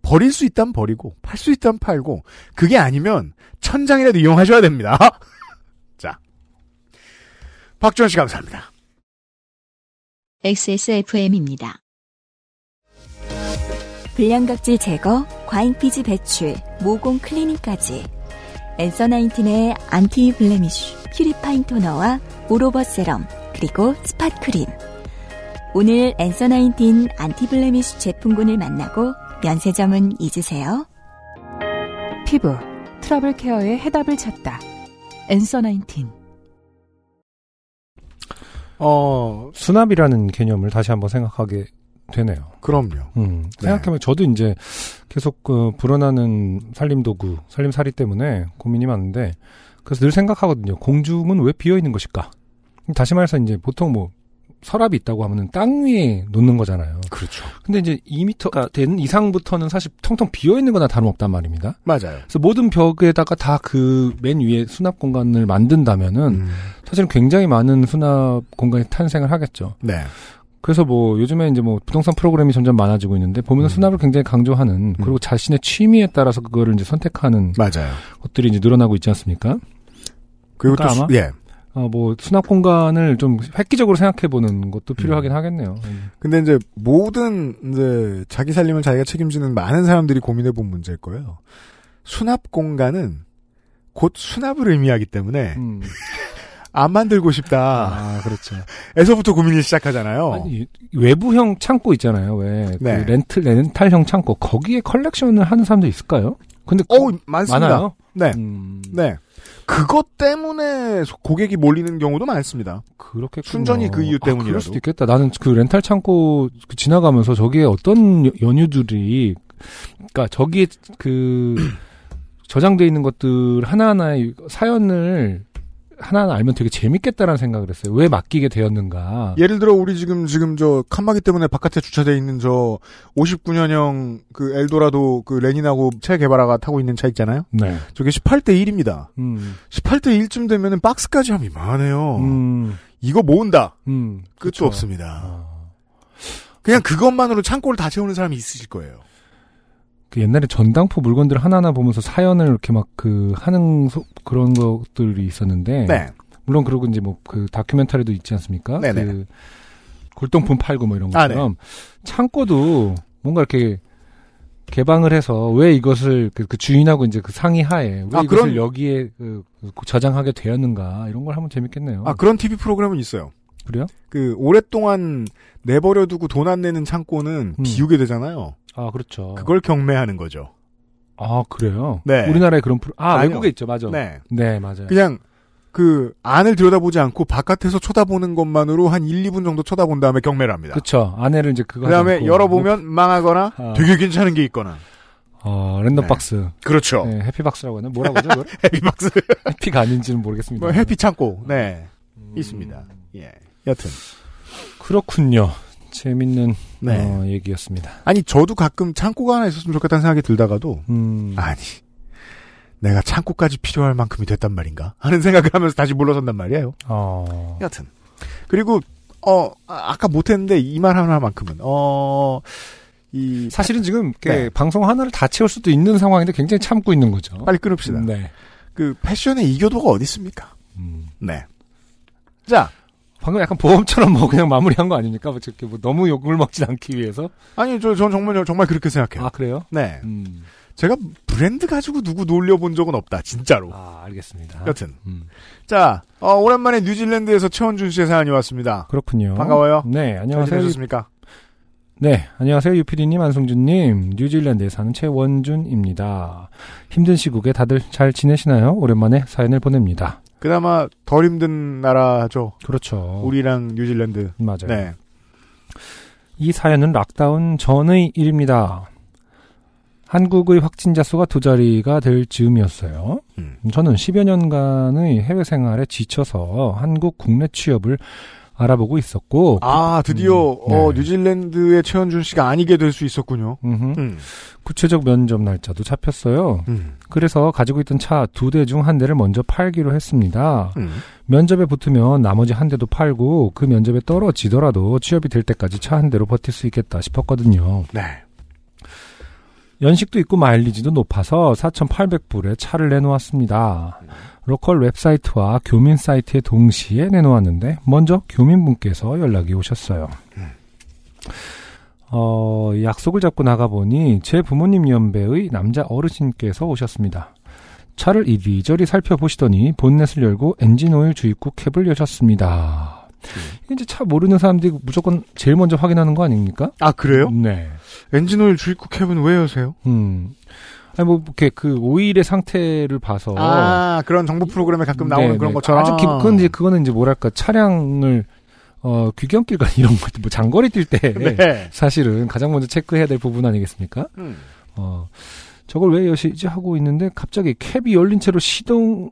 버릴 수 있다면 버리고 팔 수 있다면 팔고 그게 아니면 천장이라도 이용하셔야 됩니다. (laughs) 자, 박주현 씨 감사합니다. XSFM입니다. 불량각질 제거, 과잉피지 배출, 모공 클리닝까지. 엔서 나인틴의 안티 블레미쉬, 퓨리파인 토너와 오로버 세럼, 그리고 스팟 크림. 오늘 엔서 나인틴 안티 블레미쉬 제품군을 만나고 면세점은 잊으세요. 피부 트러블 케어의 해답을 찾다. 엔서 19. 어 수납이라는 개념을 다시 한번 생각하게 되네요. 그럼요. 음, 생각해보면 저도 이제 계속 그 불어나는 살림도구, 살림살이 때문에 고민이 많은데 그래서 늘 생각하거든요. 공중은 왜 비어 있는 것일까? 다시 말해서 이제 보통 뭐 서랍이 있다고 하면은 땅 위에 놓는 거잖아요. 그렇죠. 근데 이제 2m가 된 이상부터는 사실 텅텅 비어 있는 거나 다름없단 말입니다. 맞아요. 그래서 모든 벽에다가 다 그 맨 위에 수납 공간을 음. 만든다면은 사실은 굉장히 많은 수납 공간이 탄생을 하겠죠. 네. 그래서 뭐 요즘에 이제 뭐 부동산 프로그램이 점점 많아지고 있는데 보면 은 음. 수납을 굉장히 강조하는 그리고 자신의 취미에 따라서 그거를 이제 선택하는 맞아요. 것들이 이제 늘어나고 있지 않습니까? 그리고 그러니까 또 아마- 수- 예. 어 뭐 수납 공간을 좀 획기적으로 생각해 보는 것도 필요하긴 하겠네요. 음. 근데 이제 모든 이제 자기 살림을 자기가 책임지는 많은 사람들이 고민해 본 문제일 거예요. 수납 공간은 곧 수납을 의미하기 때문에 음. 안 만들고 싶다. 아 그렇죠. 에서부터 고민이 시작하잖아요. 아니, 외부형 창고 있잖아요. 왜그 어. 네. 렌트 렌탈형 창고 거기에 컬렉션을 하는 사람도 있을까요? 근데 어우, 많습니다. 많아요. 네. 음, 네. 그것 때문에 소- 고객이 몰리는 경우도 많습니다. 그렇게 아, 순전히 그 이유 때문이라도. 그럴 수도 있겠다. 나는 그 렌탈 창고 그 지나가면서 저기에 어떤 여- 연유들이, 그러니까 (clears throat) 저기에 그 저장돼 있는 것들 하나하나의 사연을 하나하나 알면 되게 재밌겠다라는 생각을 했어요. 왜 맡기게 되었는가. 예를 들어 우리 지금 지금 저 칸막이 때문에 바깥에 주차돼 있는 저 59년형 그 엘도라도 그 레닌하고 체 개발아가 타고 있는 차 있잖아요. 네. 저게 18대 1입니다. 음. 18대 1쯤 되면은 박스까지 하면 이만해요. 음. 이거 모은다. 음. 끝도 그쵸. 없습니다. 아. 그냥 그것만으로 창고를 다 채우는 사람이 있으실 거예요. 그 옛날에 전당포 물건들 하나하나 보면서 사연을 이렇게 막 그 하는 소- 그런 것들이 있었는데 네. 물론 그러고 이제 뭐 그 다큐멘터리도 있지 않습니까? 네네. 그 골동품 팔고 뭐 이런 아, 네. 것처럼 창고도 뭔가 이렇게 개방을 해서 왜 이것을 그, 그 주인하고 이제 그 상의하에 왜 아, 이것을 그런- 여기에 그, 그 저장하게 되었는가 이런 걸 하면 재밌겠네요. 아 그런 TV 프로그램은 있어요. 그래요? 그 오랫동안 내버려두고 돈 안 내는 창고는 음. 비우게 되잖아요. 아 그렇죠. 그걸 경매하는 거죠. 아 그래요? 네. 우리나라에 그런 프로 아 아니요. 외국에 있죠, 맞아. 네. 네, 맞아요. 그냥 그 안을 들여다보지 않고 바깥에서 쳐다보는 것만으로 한 1, 2분 정도 쳐다본 다음에 경매를 합니다. 그쵸. 아내를 이제 그거. 하지 그다음에 않고 열어보면 망하거나 아. 되게 괜찮은 게 있거나 어, 랜덤박스. 그렇죠. 네, 해피박스라고 하는 뭐라고 하죠? 그걸? 네. (laughs) 해피박스 해피가 아닌지는 모르겠습니다. 음. 뭐 해피 창고 네 있습니다. 예 여튼 그렇군요. 재밌는 네 어, 얘기였습니다. 아니 저도 가끔 창고가 하나 있었으면 좋겠다는 생각이 들다가도 음, 아니 내가 창고까지 필요할 만큼이 됐단 말인가 하는 생각을 하면서 다시 물러선단 말이에요. 어, 여튼 그리고 어 아, 까 못했는데 이 말 하나만큼은 어이 사실은 지금 이렇게 네. 방송 하나를 다 채울 수도 있는 상황인데 굉장히 참고 있는 거죠. 빨리 끊읍시다. 네. 그 패션의 이교도가 어디 있습니까? 음. 네. 자 방금 약간 보험처럼 뭐 그냥 마무리한 거 아닙니까? 뭐 저렇게 뭐 너무 욕을 먹지 않기 위해서. 아니 저 전 정말 정말 그렇게 생각해요. 아 그래요? 네. 음. 제가 브랜드 가지고 누구 놀려본 적은 없다 진짜로. 아 알겠습니다. 여튼 음. 자 어, 오랜만에 뉴질랜드에서 최원준 씨의 사연이 왔습니다. 그렇군요. 반가워요. 네, 잘 안녕하세요. 지내셨습니까? 네, 안녕하세요. 유피디님, 안성준님, 뉴질랜드에 사는 최원준입니다. 힘든 시국에 다들 잘 지내시나요? 오랜만에 사연을 보냅니다. 그나마 덜 힘든 나라죠. 그렇죠. 우리랑 뉴질랜드. 맞아요. 네. 이 사연은 락다운 전의 일입니다. 한국의 확진자 수가 두 자리가 될 즈음이었어요. 음. 저는 10여 년간의 해외 생활에 지쳐서 한국 국내 취업을 알아보고 있었고, 아 드디어 뭐, 음, 어, 네. 뉴질랜드의 최원준 씨가 아니게 될 수 있었군요. 음흠, 음. 구체적 면접 날짜도 잡혔어요. 음. 그래서 가지고 있던 차 두 대 중 한 대를 먼저 팔기로 했습니다. 음. 면접에 붙으면 나머지 한 대도 팔고 그 면접에 떨어지더라도 취업이 될 때까지 차 한 대로 버틸 수 있겠다 싶었거든요. 네. 연식도 있고 마일리지도 높아서 4,800불에 차를 내놓았습니다. 로컬 웹사이트와 교민 사이트에 동시에 내놓았는데 먼저 교민분께서 연락이 오셨어요. 어, 약속을 잡고 나가보니 제 부모님 연배의 남자 어르신께서 오셨습니다. 차를 이리저리 살펴보시더니 본넷을 열고 엔진오일 주입구 캡을 여셨습니다. 이제 차 모르는 사람들이 무조건 제일 먼저 확인하는 거 아닙니까? 아 그래요? 네. 엔진오일 주입구 캡은 왜 여세요? 음. 아니 뭐 이렇게 그 오일의 상태를 봐서 아 그런 정보 프로그램에 가끔 나오는 어. 네, 그런 네. 것처럼. 아주 기분 그건 이제 그거는 이제 뭐랄까 차량을 어 귀경길과 이런 것도 뭐 장거리 뛸 때 (laughs) 네. 사실은 가장 먼저 체크해야 될 부분 아니겠습니까? 음. 어 저걸 왜 여시지 하고 있는데 갑자기 캡이 열린 채로 시동을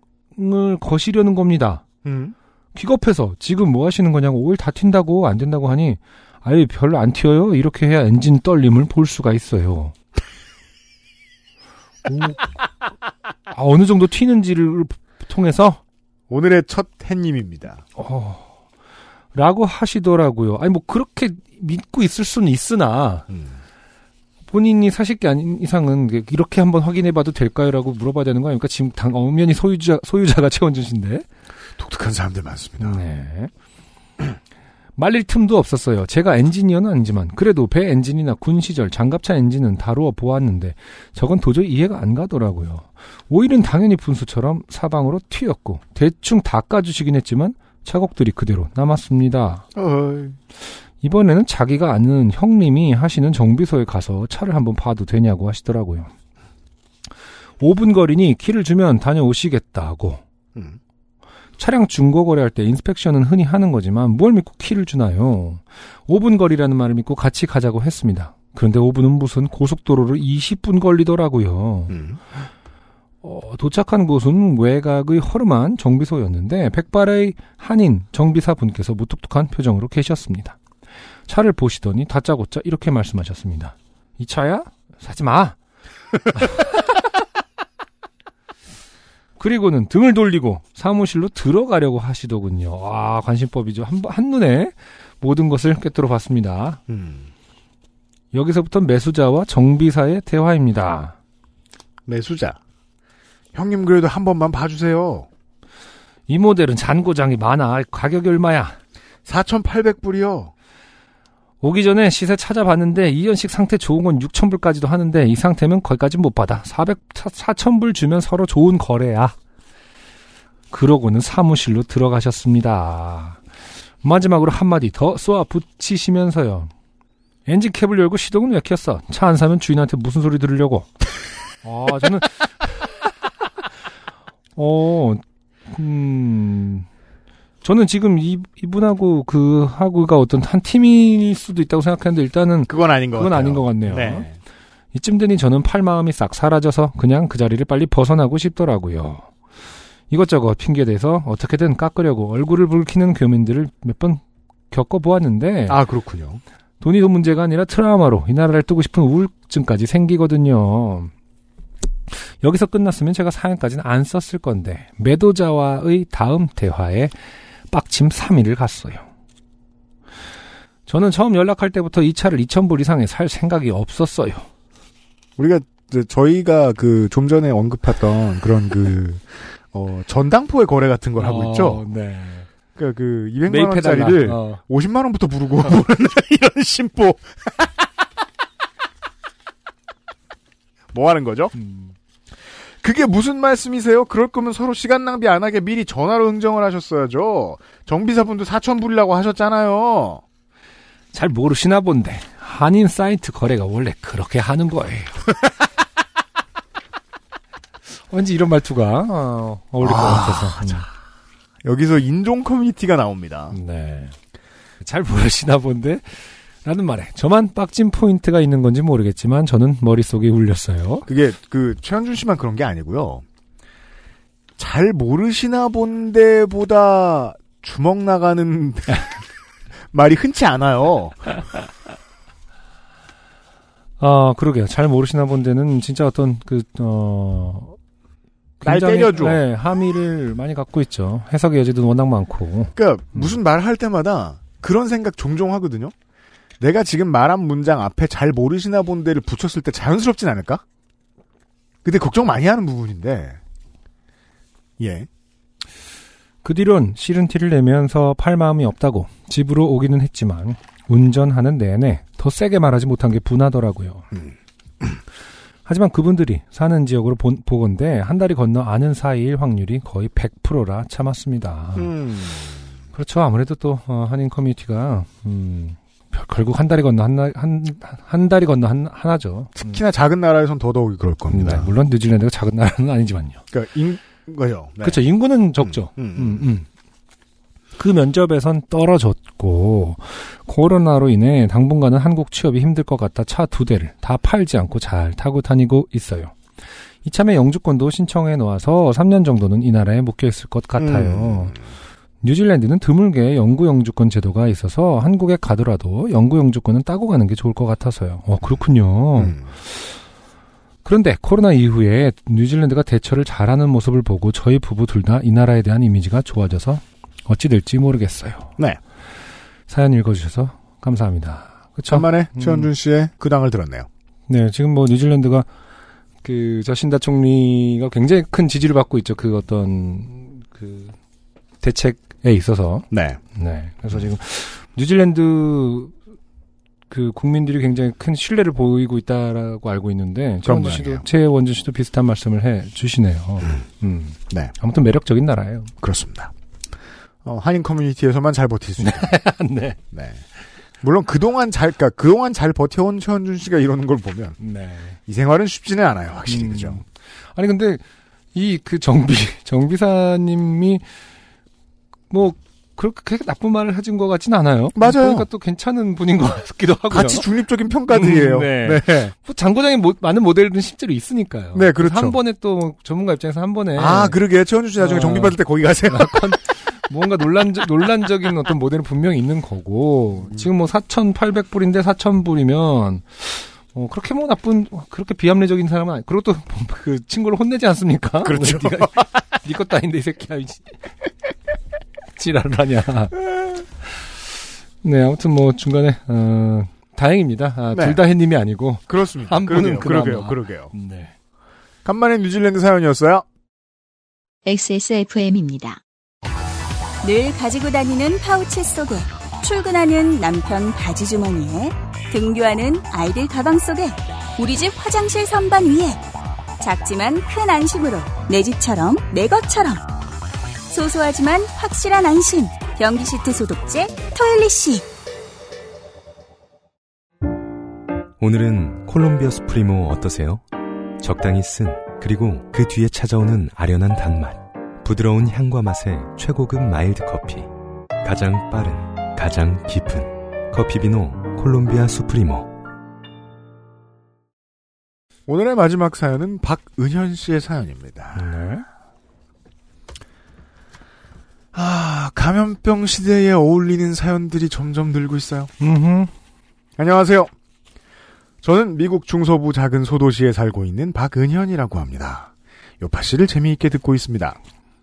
거시려는 겁니다. 음. 기겁해서 지금 뭐 하시는 거냐고 오일 다 튄다고 안 된다고 하니 아예 별로 안 튀어요. 이렇게 해야 엔진 떨림을 볼 수가 있어요. 오. 아, 어느 정도 튀는지를 통해서 오늘의 첫 햇님입니다. 어, 라고 하시더라고요. 아니 뭐 그렇게 믿고 있을 수는 있으나 음. 본인이 사실 게 아닌 이상은 이렇게 한번 확인해봐도 될까요?라고 물어봐야 되는 거 아닙니까? 지금 당 엄연히 소유자 소유자가 (laughs) 최원준 씨인데. 독특한 사람들 많습니다. 네. (clears throat) 말릴 틈도 없었어요. 제가 엔지니어는 아니지만 그래도 배 엔진이나 군 시절 장갑차 엔진은 다루어 보았는데 저건 도저히 이해가 안 가더라고요. 오일은 당연히 분수처럼 사방으로 튀었고 대충 닦아주시긴 했지만 차곡들이 그대로 남았습니다. 어이. 음. 이번에는 자기가 아는 형님이 하시는 정비소에 가서 차를 한번 봐도 되냐고 하시더라고요. 5분 거리니 키를 주면 다녀오시겠다고 음. 차량 중고 거래할 때 인스펙션은 흔히 하는 거지만 뭘 믿고 키를 주나요? 5분 거리라는 말을 믿고 같이 가자고 했습니다. 그런데 5분은 무슨 고속도로로 20분 걸리더라고요. 음. 어, 도착한 곳은 외곽의 허름한 정비소였는데 백발의 한인 정비사 분께서 무뚝뚝한 표정으로 계셨습니다. 차를 보시더니 다짜고짜 이렇게 말씀하셨습니다. 이 차야? 사지 마. (laughs) 그리고는 등을 돌리고 사무실로 들어가려고 하시더군요. 아, 관심법이죠. 한, 번- 한눈에 모든 것을 꿰뚫어 봤습니다. 음. 여기서부터 매수자와 정비사의 대화입니다. 매수자. 형님 그래도 한 번만 봐주세요. 이 모델은 잔고장이 많아. 가격이 얼마야? 4,800불이요. 오기 전에 시세 찾아봤는데 2연식 상태 좋은 건 6,000불까지도 하는데 이 상태면 거기까지 못 받아. 400, 4,000불 주면 서로 좋은 거래야. 그러고는 사무실로 들어가셨습니다. 마지막으로 한마디 더 쏘아 붙이시면서요. 엔진 캡을 열고 시동은 왜 켰어? 차 안 사면 주인한테 무슨 소리 들으려고? 아, 저는 (laughs) 어, 음, 저는 지금 이, 이분하고 그 하고가 어떤 한 팀일 수도 있다고 생각했는데 일단은 그건 아닌 것 그건 같아요. 아닌 것 같네요. 예. 네. 이쯤 되니 저는 팔 마음이 싹 사라져서 그냥 그 자리를 빨리 벗어나고 싶더라고요. 이것저것 핑계대서 어떻게든 깎으려고 얼굴을 붉히는 교민들을 몇 번 겪어보았는데 아 그렇군요. 돈이 돈 문제가 아니라 트라우마로 이 나라를 뜨고 싶은 우울증까지 생기거든요. 여기서 끝났으면 제가 사연까지는 안 썼을 건데 매도자와의 다음 대화에 빡침 3일을 갔어요. 저는 처음 연락할 때부터 이 차를 2,000불 이상에 살 생각이 없었어요. 우리가 이제 저희가 그 좀 전에 언급했던 그런 (laughs) 그 어, 전당포의 거래 같은 걸 하고 있죠. 네. 그러니까 그 200만 어. 원짜리를 50만 원부터 부르고 (laughs) 이런 심보. (laughs) 뭐 하는 거죠? 그게 무슨 말씀이세요? 그럴 거면 서로 시간 낭비 안 하게 미리 전화로 흥정을 하셨어야죠. 정비사분도 4,000불이라고 하셨잖아요. 잘 모르시나 본데 한인 사이트 거래가 원래 그렇게 하는 거예요. (laughs) 왠지 이런 말투가 어, 어울릴 것 같아서. 여기서 인종 커뮤니티가 나옵니다. 음, 네. 잘 모르시나 본데 라는 말에 저만 빡진 포인트가 있는 건지 모르겠지만 저는 머릿속이 울렸어요. 그게 그 최현준 씨만 그런 게 아니고요. 잘 모르시나 본데보다 주먹 나가는 (laughs) 말이 흔치 않아요. 아, 그러게요. 잘 모르시나 본데는 진짜 어떤 그 어. 날 굉장히, 때려줘. 네, 함의를 많이 갖고 있죠. 해석의 여지도 워낙 많고. 그러니까 음. 무슨 말 할 때마다 그런 생각 종종 하거든요. 내가 지금 말한 문장 앞에 잘 모르시나 본데를 붙였을 때 자연스럽진 않을까? 근데 걱정 많이 하는 부분인데. 예. 그 뒤론 싫은 티를 내면서 팔 마음이 없다고 집으로 오기는 했지만 운전하는 내내 더 세게 말하지 못한 게 분하더라고요. 음. 하지만 그분들이 사는 지역으로 본, 보건데 한 달이 건너 아는 사이일 확률이 거의 100%라 참았습니다. 음. 그렇죠. 아무래도 또 어, 한인 커뮤니티가 음, 별- 결국 한 달이 건너 한한 한, 한 달이 건너 한, 하나죠. 특히나 작은 나라에선 더더욱이 그럴 겁니다. 네, 물론 뉴질랜드가 작은 나라는 아니지만요. 그러니까 인 거죠. 네. 그렇죠. 인구는 적죠. 음, 음. 음, 음. 그 면접에선 떨어졌고 코로나로 인해 당분간은 한국 취업이 힘들 것 같아 차 두 대를 다 팔지 않고 잘 타고 다니고 있어요. 이참에 영주권도 신청해 놓아서 3년 정도는 이 나라에 묶여 있을 것 같아요. 음. 뉴질랜드는 드물게 영구 영주권 제도가 있어서 한국에 가더라도 영구 영주권은 따고 가는 게 좋을 것 같아서요. 어 그렇군요. 음. 그런데 코로나 이후에 뉴질랜드가 대처를 잘하는 모습을 보고 저희 부부 둘 다 이 나라에 대한 이미지가 좋아져서 어찌 될지 모르겠어요. 네. 사연 읽어주셔서 감사합니다. 그렇죠? 간만에 음. 최현준 씨의 그 당을 들었네요. 네, 지금 뭐 뉴질랜드가 그 자신다 총리가 굉장히 큰 지지를 받고 있죠. 그 어떤 그 대책에 있어서. 네. 네. 그래서 지금 뉴질랜드 그 국민들이 굉장히 큰 신뢰를 보이고 있다라고 알고 있는데 그런 최원준 씨도 모양이에요. 최원준 씨도 비슷한 말씀을 해 주시네요. 음. 네. 아무튼 매력적인 (laughs) 나라예요. 그렇습니다. 어, 한인 커뮤니티에서만 잘 버틸 수 있다. 네. 네. 물론 그동안 잘, 그러니까 그동안 잘 버텨온 최현준 씨가 이러는 걸 보면 네. 이 생활은 쉽지는 않아요, 확실히 음. 그죠. 아니 (laughs) 근데 이 그 정비 정비사님이 뭐 그렇게 나쁜 말을 하신 것 같진 않아요. 맞아요. 그러니까 또 괜찮은 분인 것 같기도 하고요. 같이 중립적인 평가들이에요. 음, 네. 네. 뭐 장고장의 모- 많은 모델은 실제로 있으니까요. 네, 그렇죠. 한 번에 또뭐 전문가 입장에서 한 번에 아, 그러게. 최원주 씨 네. 나중에 어. 정비 받을 때 (laughs) 거기 가세요. 뭔가 논란적, 논란적인 어떤 모델은 분명히 있는 거고, 지금 뭐 4,800불인데 4,000불이면, 그렇게 뭐 나쁜, 그렇게 비합리적인 사람은 아니, 그리고 또 (laughs) 그 친구를 혼내지 않습니까? 뭐 그렇죠. 왜 네가, 네 것도 아닌데 이 새끼야. 이 지- 지랄을 하냐. 네, 아무튼 뭐 중간에, 어, 다행입니다. 아, 네. 둘 다 해님이 아니고. 그렇습니다. 한 분은 그나마. 그러게요. 그러게요. 네. 간만에 뉴질랜드 사연이었어요. XSFM입니다. 늘 가지고 다니는 파우치 속에 출근하는 남편 바지 주머니에 등교하는 아이들 가방 속에 우리 집 화장실 선반 위에 작지만 큰 안심으로 내 집처럼 내 것처럼 소소하지만 확실한 안심 변기 시트 소독제 토일리시 오늘은 콜롬비아 수프리모 어떠세요? 적당히 쓴 그리고 그 뒤에 찾아오는 아련한 단맛 부드러운 향과 맛의 최고급 마일드 커피 가장 빠른 가장 깊은 커피비노 콜롬비아 수프리모 오늘의 마지막 사연은 박은현 씨의 사연입니다. 아, 감염병 시대에 어울리는 사연들이 점점 늘고 있어요. 음흠. 안녕하세요. 저는 미국 중서부 작은 소도시에 살고 있는 박은현이라고 합니다. 요파 씨를 재미있게 듣고 있습니다.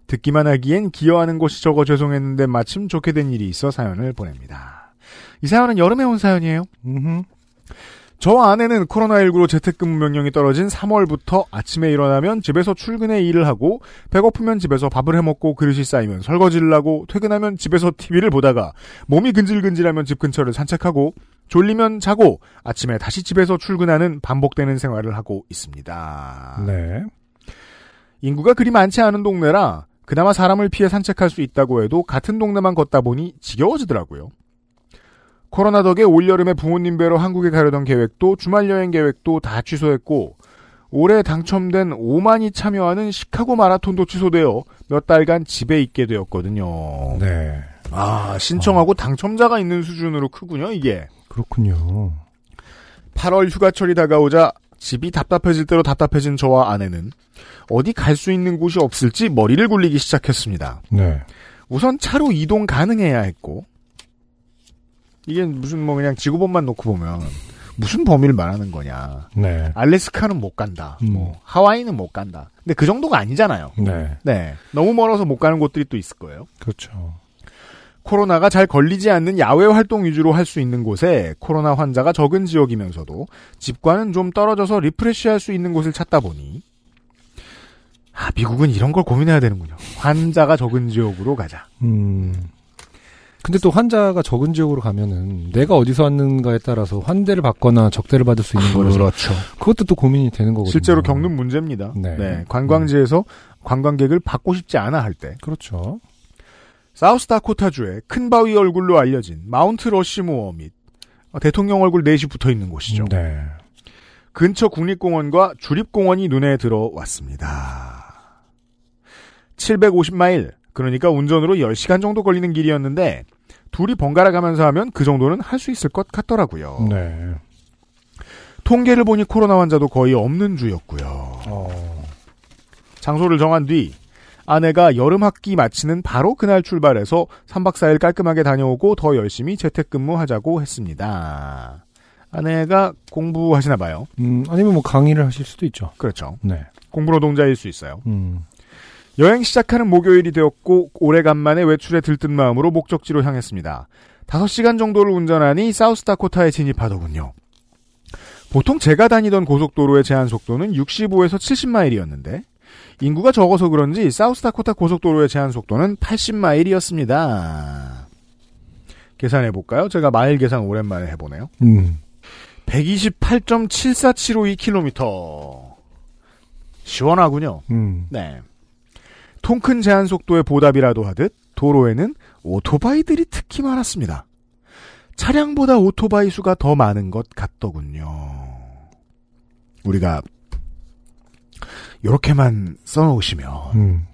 듣기만 하기엔 기여하는 곳이 적어 죄송했는데 마침 좋게 된 일이 있어 사연을 보냅니다. 이 사연은 여름에 온 사연이에요. 음흠. 저와 아내는 코로나19로 재택근무 명령이 떨어진 3월부터 아침에 일어나면 집에서 출근해 일을 하고 배고프면 집에서 밥을 해먹고 그릇이 쌓이면 설거지를 하고 퇴근하면 집에서 TV를 보다가 몸이 근질근질하면 집 근처를 산책하고 졸리면 자고 아침에 다시 집에서 출근하는 반복되는 생활을 하고 있습니다. 네. 인구가 그리 많지 않은 동네라 그나마 사람을 피해 산책할 수 있다고 해도 같은 동네만 걷다 보니 지겨워지더라고요. 코로나 덕에 올여름에 부모님 뵈러 한국에 가려던 계획도 주말 여행 계획도 다 취소했고 올해 당첨된 5만이 참여하는 시카고 마라톤도 취소되어 몇 달간 집에 있게 되었거든요. 네. 아, 신청하고 당첨자가 있는 수준으로 크군요, 이게. 그렇군요. 8월 휴가철이 다가오자 집이 답답해질 대로 답답해진 저와 아내는 어디 갈 수 있는 곳이 없을지 머리를 굴리기 시작했습니다. 네. 우선 차로 이동 가능해야 했고 이게 무슨 뭐 그냥 지구본만 놓고 보면 무슨 범위를 말하는 거냐. 네. 알래스카는 못 간다. 음. 뭐 하와이는 못 간다. 근데 그 정도가 아니잖아요. 네. 네. 너무 멀어서 못 가는 곳들이 또 있을 거예요. 그렇죠. 코로나가 잘 걸리지 않는 야외 활동 위주로 할 수 있는 곳에 코로나 환자가 적은 지역이면서도 집과는 좀 떨어져서 리프레시할 수 있는 곳을 찾다 보니 아 미국은 이런 걸 고민해야 되는군요. 환자가 적은 지역으로 가자. 음. 근데 또 환자가 적은 지역으로 가면은 내가 어디서 왔는가에 따라서 환대를 받거나 적대를 받을 수 있는 거라서 그렇죠. 그것도 또 고민이 되는 거거든요. 실제로 겪는 문제입니다. 네. 네. 관광지에서 관광객을 받고 싶지 않아 할 때 그렇죠. 사우스다코타주의 큰 바위 얼굴로 알려진 마운트 러시모어 및 대통령 얼굴 넷이 붙어 있는 곳이죠. 네. 근처 국립공원과 주립공원이 눈에 들어왔습니다. 750마일, 그러니까 운전으로 10시간 정도 걸리는 길이었는데, 둘이 번갈아 가면서 하면 그 정도는 할 수 있을 것 같더라고요. 네. 통계를 보니 코로나 환자도 거의 없는 주였고요. 어. 장소를 정한 뒤 아내가 여름 학기 마치는 바로 그날 출발해서 3박 4일 깔끔하게 다녀오고 더 열심히 재택근무하자고 했습니다. 아내가 공부하시나 봐요. 음, 아니면 뭐 강의를 하실 수도 있죠. 그렇죠. 네. 공부 노동자일 수 있어요. 음. 여행 시작하는 목요일이 되었고 오래간만에 외출에 들뜬 마음으로 목적지로 향했습니다. 5시간 정도를 운전하니 사우스다코타에 진입하더군요. 보통 제가 다니던 고속도로의 제한 속도는 65에서 70마일이었는데 인구가 적어서 그런지 사우스다코타 고속도로의 제한 속도는 80마일이었습니다. 계산해 볼까요? 제가 마일 계산 오랜만에 해보네요. 음. 128.74752km. 시원하군요. 음. 네. 통큰 제한 속도의 보답이라도 하듯 도로에는 오토바이들이 특히 많았습니다. 차량보다 오토바이 수가 더 많은 것 같더군요. 우리가 이렇게만 써놓으시면 음.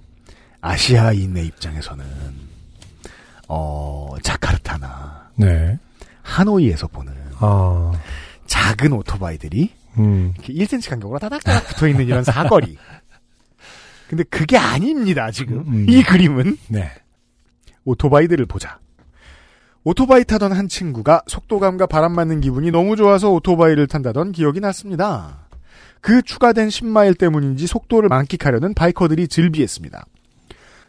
아시아인의 입장에서는 어, 자카르타나 네. 하노이에서 보는 아, 작은 오토바이들이 음. 이렇게 1cm 간격으로 따닥따닥 붙어 있는 이런 사거리. 근데 그게 아닙니다, 지금. 음, 음. 이 그림은 네. 오토바이들을 보자. 오토바이 타던 한 친구가 속도감과 바람 맞는 기분이 너무 좋아서 오토바이를 탄다던 기억이 났습니다. 그 추가된 10마일 때문인지 속도를 만끽하려는 바이커들이 즐비했습니다.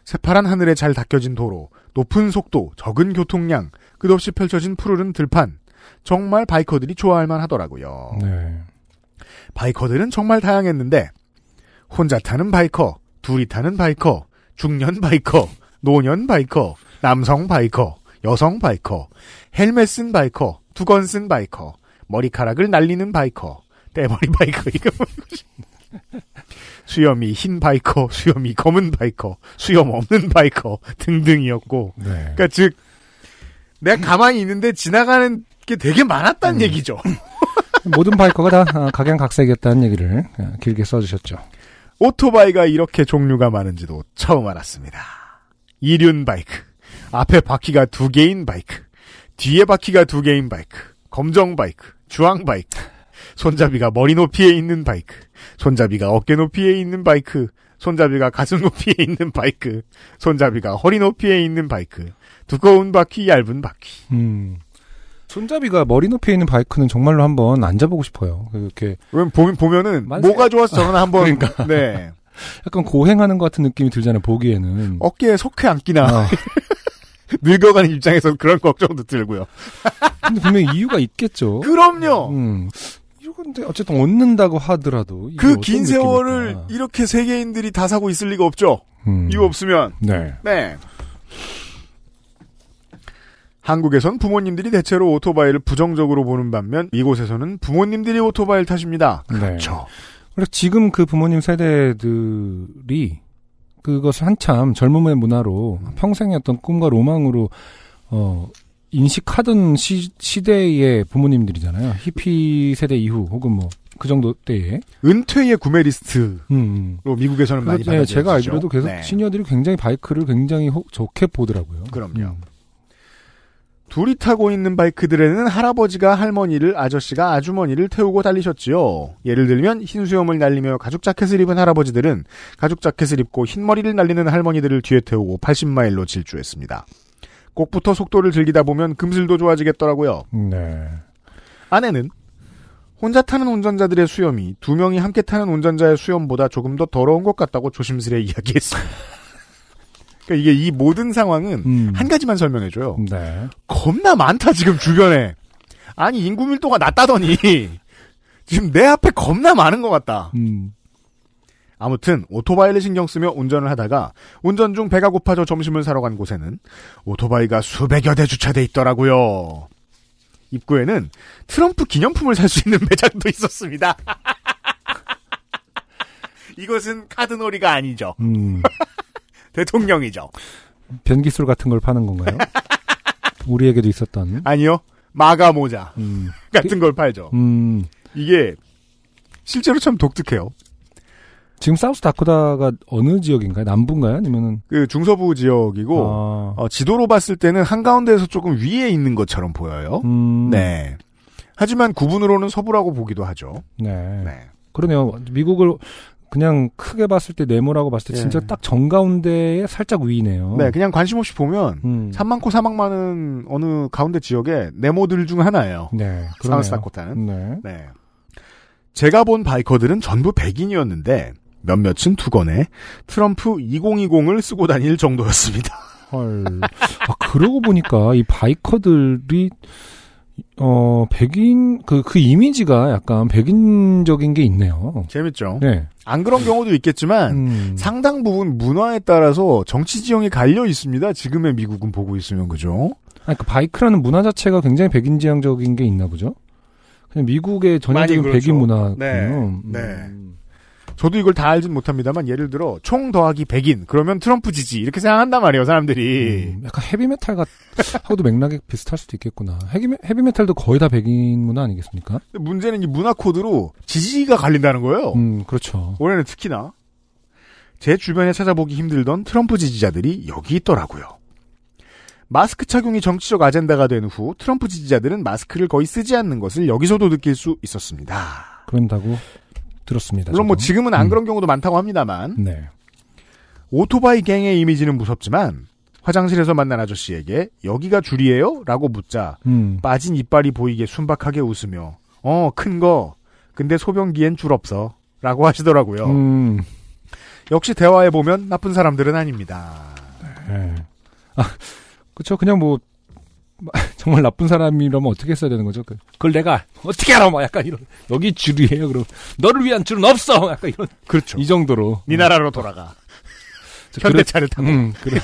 새파란 하늘에 잘 닦여진 도로, 높은 속도, 적은 교통량, 끝없이 펼쳐진 푸르른 들판. 정말 바이커들이 좋아할 만 하더라고요. 네. 바이커들은 정말 다양했는데 혼자 타는 바이커, 둘이 타는 바이커, 중년 바이커, 노년 바이커, 남성 바이커, 여성 바이커, 헬멧 쓴 바이커, 두건 쓴 바이커, 머리카락을 날리는 바이커, 때머리 바이커 이거 뭐지? 수염이 흰 바이커, 수염이 검은 바이커, 수염 없는 바이커 등등이었고 네. 그러니까 즉 내가 가만히 있는데 지나가는 게 되게 많았다는 얘기죠. 모든 바이커가 다 아, 각양각색이었다는 얘기를 아, 길게 써주셨죠. 오토바이가 이렇게 종류가 많은지도 처음 알았습니다. 이륜 바이크, 앞에 바퀴가 두 개인 바이크, 뒤에 바퀴가 두 개인 바이크, 검정 바이크, 주황 바이크, 손잡이가 머리 높이에 있는 바이크, 손잡이가 어깨 높이에 있는 바이크, 손잡이가 가슴 높이에 있는 바이크, 손잡이가 허리 높이에 있는 바이크, 두꺼운 바퀴, 얇은 바퀴. 음. 손잡이가 머리 높이에 있는 바이크는 정말로 한번 앉아보고 싶어요. 이렇게 왜냐면 보면, 보면은 만세. 뭐가 좋아서 저는 한번 네 약간 고행하는 것 같은 느낌이 들잖아요. 보기에는. 어깨에 속회 안 끼나 아, (laughs) 늙어가는 입장에서 그런 걱정도 들고요. 근데 분명히 이유가 있겠죠. 그럼요. 음. 이건 근데 어쨌든 얻는다고 하더라도 이게 그 어떤 긴 세월을 느낌일까? 이렇게 세계인들이 다 사고 있을 리가 없죠. 음. 이유 없으면. 네. 네. 한국에선 부모님들이 대체로 오토바이를 부정적으로 보는 반면 이곳에서는 부모님들이 오토바이를 타십니다. 네. 그렇죠. 그래서 지금 그 부모님 세대들이 그것을 한참 젊음의 문화로 평생의 어떤 꿈과 로망으로 어 인식하던 시, 시대의 부모님들이잖아요. 히피 세대 이후 혹은 뭐 그 정도 때에. 은퇴의 구매 리스트로 음. 미국에서는 많이 네, 받아들여지죠. 제가 알기로도 계속 네. 시니어들이 굉장히 바이크를 굉장히 혹- 좋게 보더라고요. 그럼요. 둘이 타고 있는 바이크들에는 할아버지가 할머니를, 아저씨가 아주머니를 태우고 달리셨지요. 예를 들면 흰 수염을 날리며 가죽 자켓을 입은 할아버지들은 가죽 자켓을 입고 흰 머리를 날리는 할머니들을 뒤에 태우고 80마일로 질주했습니다. 꼭부터 속도를 즐기다 보면 금슬도 좋아지겠더라고요. 음. 네. 아내는 혼자 타는 운전자들의 수염이 두 명이 함께 타는 운전자의 수염보다 조금 더 더러운 것 같다고 조심스레 (laughs) 이야기했습니다. 그러니까 이게 이 모든 상황은 음. 한 가지만 설명해줘요. 네. 겁나 많다 지금 주변에 아니 인구 밀도가 낮다더니 (laughs) 지금 내 앞에 겁나 많은 것 같다 음. 아무튼 오토바이를 신경 쓰며 운전을 하다가 운전 중 배가 고파져 점심을 사러 간 곳에는 오토바이가 수백여 대 주차돼 있더라고요 입구에는 트럼프 기념품을 살 수 있는 (laughs) 매장도 있었습니다 (laughs) 이것은 카드놀이가 아니죠 음. (laughs) 대통령이죠 변기술 같은 걸 파는 (laughs) 건가요? 우리에게도 있었던. 아니요 마가 모자 음. 같은 걸 팔죠 음. 이게 실제로 참 독특해요 지금 사우스 다코다가 어느 지역인가요? 남부인가요? 아니면은 그 중서부 지역이고 아, 어, 지도로 봤을 때는 한가운데에서 조금 위에 있는 것처럼 보여요. 음, 네. 하지만 구분으로는 서부라고 보기도 하죠. 네. 네. 그러네요. 미국을 그냥 크게 봤을 때 네모라고 봤을 때 예. 진짜 딱 정가운데에 살짝 위네요. 네, 그냥 관심 없이 보면 음. 산 많고 사막 많은 어느 가운데 지역의 네모들 중 하나예요. 네. 그러네요. 사우스다코타는. 네. 네. 제가 본 바이커들은 전부 백인이었는데 몇몇은 두건에 트럼프 2020을 쓰고 다닐 정도였습니다. (laughs) 헐. 아, 그러고 보니까 이 바이커들이 어, 백인 그 그 이미지가 약간 백인적인 게 있네요. 재밌죠? 네. 안 그런 경우도 있겠지만 음. 상당 부분 문화에 따라서 정치 지형이 갈려 있습니다. 지금의 미국은 보고 있으면 그죠? 아니, 그 바이크라는 문화 자체가 굉장히 백인 지향적인 게 있나 보죠? 그냥 미국의 전형적인 많이 그렇죠. 백인 문화군요. 네, 음. 네. 저도 이걸 다 알진 못합니다만 예를 들어 총 더하기 100인 그러면 트럼프 지지 이렇게 생각한단 말이에요 사람들이 음, 약간 헤비메탈 같, 하고도 맥락이 비슷할 수도 있겠구나. 헤비, 헤비메탈도 거의 다 백인 문화 아니겠습니까? 근데 문제는 이 문화 코드로 지지가 갈린다는 거예요 음, 그렇죠. 올해는 특히나 제 주변에 찾아보기 힘들던 트럼프 지지자들이 여기 있더라고요 마스크 착용이 정치적 아젠다가 된 후 트럼프 지지자들은 마스크를 거의 쓰지 않는 것을 여기서도 느낄 수 있었습니다. 그런다고 들었습니다. 물론 뭐 저도. 지금은 안 음. 그런 경우도 많다고 합니다만 네. 오토바이 갱의 이미지는 무섭지만 화장실에서 만난 아저씨에게 여기가 줄이에요? 라고 묻자 음. 빠진 이빨이 보이게 순박하게 웃으며 어 큰 거 근데 소변기엔 줄 없어 라고 하시더라고요. 음. 역시 대화해 보면 나쁜 사람들은 아닙니다. 예. 아, 그쵸. 그냥 뭐, (laughs) 정말 나쁜 사람이라면 어떻게 했어야 되는 거죠? 그- 그걸 내가 어떻게 알아? 막 약간 이런, 여기 줄이에요. 그럼, 너를 위한 줄은 없어! 뭐 약간 이런, 그렇죠. 이 정도로. 네 나라로 돌아가 저 그런- 현대차를 타고 음, (laughs) 그래.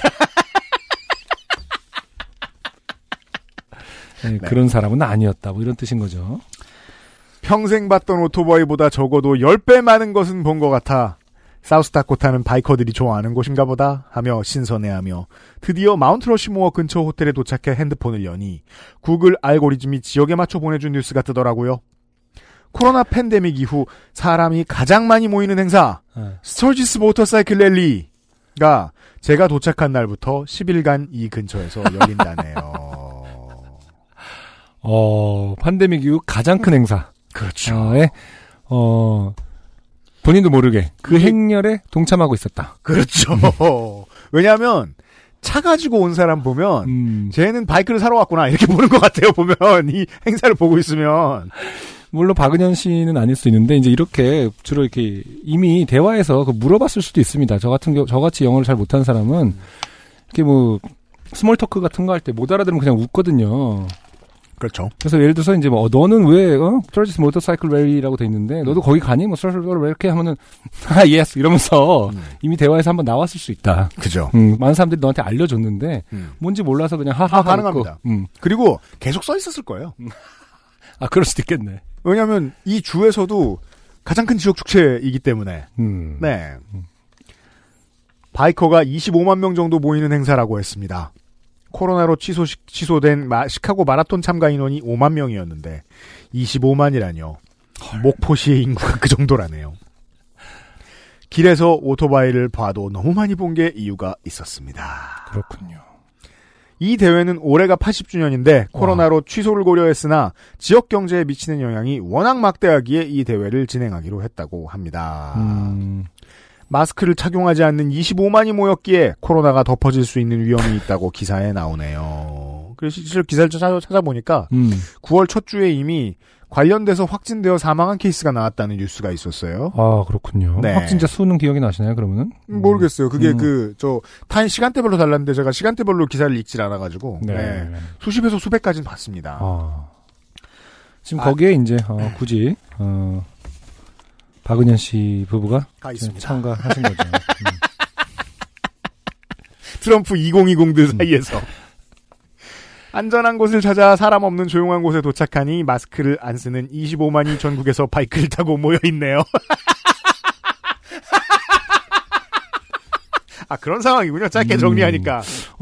네, 그런 사람은 아니었다. 뭐 이런 뜻인 거죠. 평생 봤던 오토바이보다 적어도 10배 많은 것은 본 것 같아. 사우스다코타는 바이커들이 좋아하는 곳인가 보다 하며 신선해하며 드디어 마운트 러시모어 근처 호텔에 도착해 핸드폰을 여니 구글 알고리즘이 지역에 맞춰 보내준 뉴스가 뜨더라고요. 코로나 팬데믹 이후 사람이 가장 많이 모이는 행사 예. 스톨지스 모터사이클 랠리가 제가 도착한 날부터 10일간 이 근처에서 열린다네요. 어, 팬데믹 이후 가장 큰 행사. 그렇죠. 에 어, 본인도 모르게 그 행렬에 동참하고 있었다. 그렇죠. (laughs) 왜냐하면 차 가지고 온 사람 보면 음. 쟤는 바이크를 사러 왔구나 이렇게 (laughs) 보는 것 같아요. 보면 이 행사를 보고 있으면 물론 박은현 씨는 아닐 수 있는데 이제 이렇게 주로 이렇게 이미 대화에서 그 물어봤을 수도 있습니다. 저 같은 경우 저같이 영어를 잘 못하는 사람은 이렇게 뭐 스몰 토크 같은 거 할 때 못 알아들으면 그냥 웃거든요. 그렇죠. 그래서 예를 들어서 이제 뭐 어, 너는 왜 어? 트러지스 모터사이클 웨리라고 돼 있는데 너도 거기 가니? 뭐 트러지스 왜 이렇게 하면은 (laughs) 아 예스 이러면서 음. 이미 대화에서 한번 나왔을 수 있다. 그죠. 음, 많은 사람들이 너한테 알려줬는데 음. 뭔지 몰라서 그냥 하하 아, 가능합니다. 음. 그리고 계속 써 있었을 거예요. 아 그럴 수도 있겠네. 왜냐하면 이 주에서도 가장 큰 지역 축제이기 때문에 음. 네. 바이커가 25만 명 정도 모이는 행사라고 했습니다. 코로나로 취소, 된 마- 시카고 마라톤 참가 인원이 5만 명이었는데 25만이라뇨. 목포시의 인구가 그 정도라네요. 길에서 오토바이를 봐도 너무 많이 본 게 이유가 있었습니다. 그렇군요. 이 대회는 올해가 80주년인데 코로나로 취소를 고려했으나 지역 경제에 미치는 영향이 워낙 막대하기에 이 대회를 진행하기로 했다고 합니다. 음. 마스크를 착용하지 않는 25만이 모였기에 코로나가 덮어질 수 있는 위험이 있다고 기사에 나오네요. 그래서 실제로 기사를 찾아, 찾아보니까 음. 9월 첫 주에 이미 관련돼서 확진되어 사망한 케이스가 나왔다는 뉴스가 있었어요. 아 그렇군요. 네. 확진자 수는 기억이 나시나요? 그러면은 모르겠어요. 그게 음. 그, 저, 타임 시간대별로 달랐는데 제가 시간대별로 기사를 읽질 않아가지고. 네. 수십에서 수백까지는 봤습니다. 음, 아. 지금 아. 거기에 이제 어, 굳이 어, 박은현 씨 부부가 가 있습니다. 참가하신 거죠. 음. 트럼프 2020들 사이에서. 안전한 곳을 찾아 사람 없는 조용한 곳에 도착하니 마스크를 안 쓰는 25만이 전국에서 바이크를 타고 모여 있네요. (laughs) 아 그런 상황이군요. 짧게 음. 정리하니까.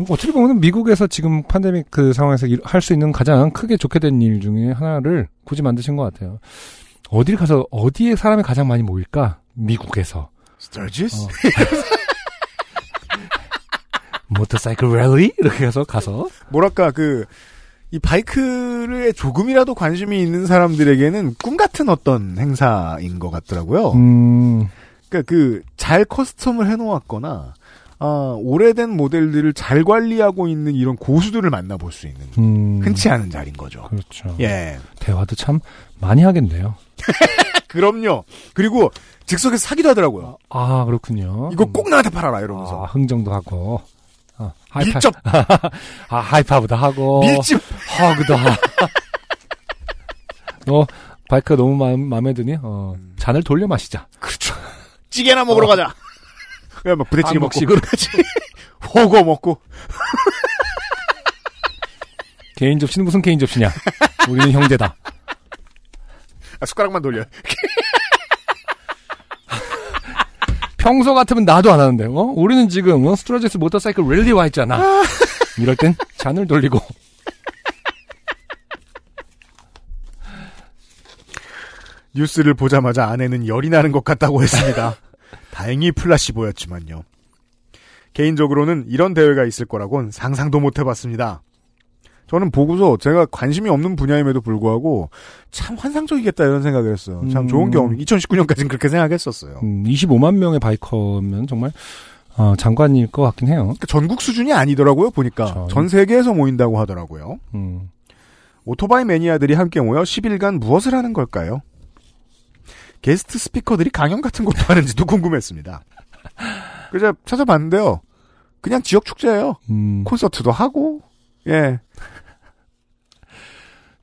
어떻게 보면 미국에서 지금 팬데믹 그 상황에서 할 수 있는 가장 크게 좋게 된 일 중에 하나를 굳이 만드신 것 같아요. 어딜 가서 어디에 사람이 가장 많이 모일까? 미국에서 스타지스. 모터사이클 랠리 이렇게 해서 가서 뭐랄까 그 이 바이크에 조금이라도 관심이 있는 사람들에게는 꿈 같은 어떤 행사인 것 같더라고요. 음, 그러니까 그 잘 커스텀을 해놓았거나 아, 오래된 모델들을 잘 관리하고 있는 이런 고수들을 만나볼 수 있는 음, 흔치 않은 자리인 거죠. 그렇죠. 예, 대화도 참 많이 하겠네요. 그럼요. 그리고 즉석에서 사기도 하더라고요. 아 그렇군요. 이거 꼭 나한테 팔아라 아, 이러면서 흥정도 하고 아, 어. 하이파- 밀접 아, 하이파브도 하고 밀집 허그도 (laughs) 하고 너 바이크가 너무 마음, 마음에 드니? 어, 잔을 돌려 마시자 그렇죠. 찌개나 먹으러 어. 가자. 그냥 막 부대찌개 먹고 한국식으로. (laughs) 호거 먹고 개인 접시는 무슨 개인 접시냐 우리는 형제다 아, 숟가락만 돌려. 요 평소 같으면 나도 안 하는데 어? 우리는 지금 어? 스트라제스 모터사이클 랠리 와 (laughs) 있잖아 이럴 땐 잔을 돌리고 뉴스를 (laughs) 보자마자 아내는 열이 나는 것 같다고 했습니다. 다행히 플라시보였지만요. 개인적으로는 이런 대회가 있을 거라곤 상상도 못 해봤습니다. 저는 보고서 제가 관심이 없는 분야임에도 불구하고 참 환상적이겠다 이런 생각을 했어요. 참 음. 좋은 경험. 2019년까지는 그렇게 생각했었어요. 음, 25만 명의 바이커면 정말 어, 장관일 것 같긴 해요. 그러니까 전국 수준이 아니더라고요, 보니까. 그렇죠. 전 세계에서 모인다고 하더라고요. 음, 오토바이 매니아들이 함께 모여 10일간 무엇을 하는 걸까요? 게스트 스피커들이 강연 같은 것도 하는지도 궁금했습니다. 그래서 찾아봤는데요. 그냥 지역 축제예요. 음, 콘서트도 하고, 예.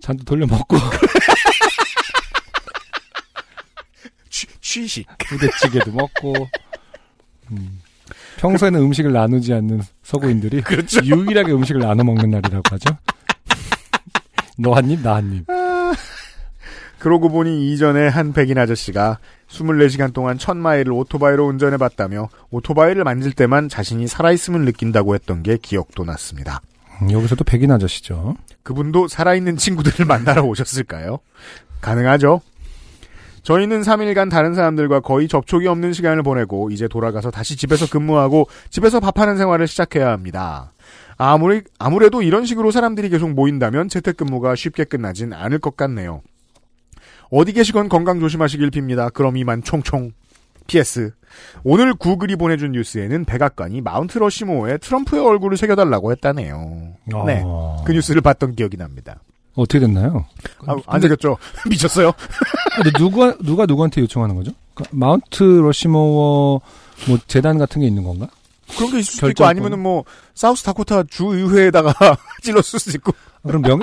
잔도 돌려 먹고 취, 취식. 부대찌개도 먹고. 음. 평소에는 음식을 나누지 않는 (laughs) 서구인들이 그렇죠. 유일하게 음식을 나눠 먹는 날이라고 하죠. 너 한 입, 나 한 입. 그러고 보니 이전에 한 백인 아저씨가 24시간 동안 천마일을 오토바이로 운전해 봤다며 오토바이를 만질 때만 자신이 살아있음을 느낀다고 했던 게 기억도 났습니다. 음, 여기서도 백인 아저씨죠. 그분도 살아있는 친구들을 (laughs) 만나러 오셨을까요? 가능하죠. 저희는 3일간 다른 사람들과 거의 접촉이 없는 시간을 보내고 이제 돌아가서 다시 집에서 근무하고 집에서 밥하는 생활을 시작해야 합니다. 아무리 아무래도 이런 식으로 사람들이 계속 모인다면 재택근무가 쉽게 끝나진 않을 것 같네요. 어디 계시건 건강 조심하시길 빕니다. 그럼 이만 총총. PS. 오늘 구글이 보내준 뉴스에는 백악관이 마운트 러시모어에 트럼프의 얼굴을 새겨달라고 했다네요. 네. 어. 그 뉴스를 봤던 기억이 납니다. 어떻게 됐나요? 아, 안 되겠죠. (laughs) 미쳤어요. 근데 누가 누가 누구한테 요청하는 거죠? 그러니까 마운트 러시모어 뭐 재단 같은 게 있는 건가? 그런 게 있을 수도 있고 결정권. 아니면은 뭐 사우스 다코타 주 의회에다가 (laughs) 찔렀을 수도 있고. 아, 그럼 명,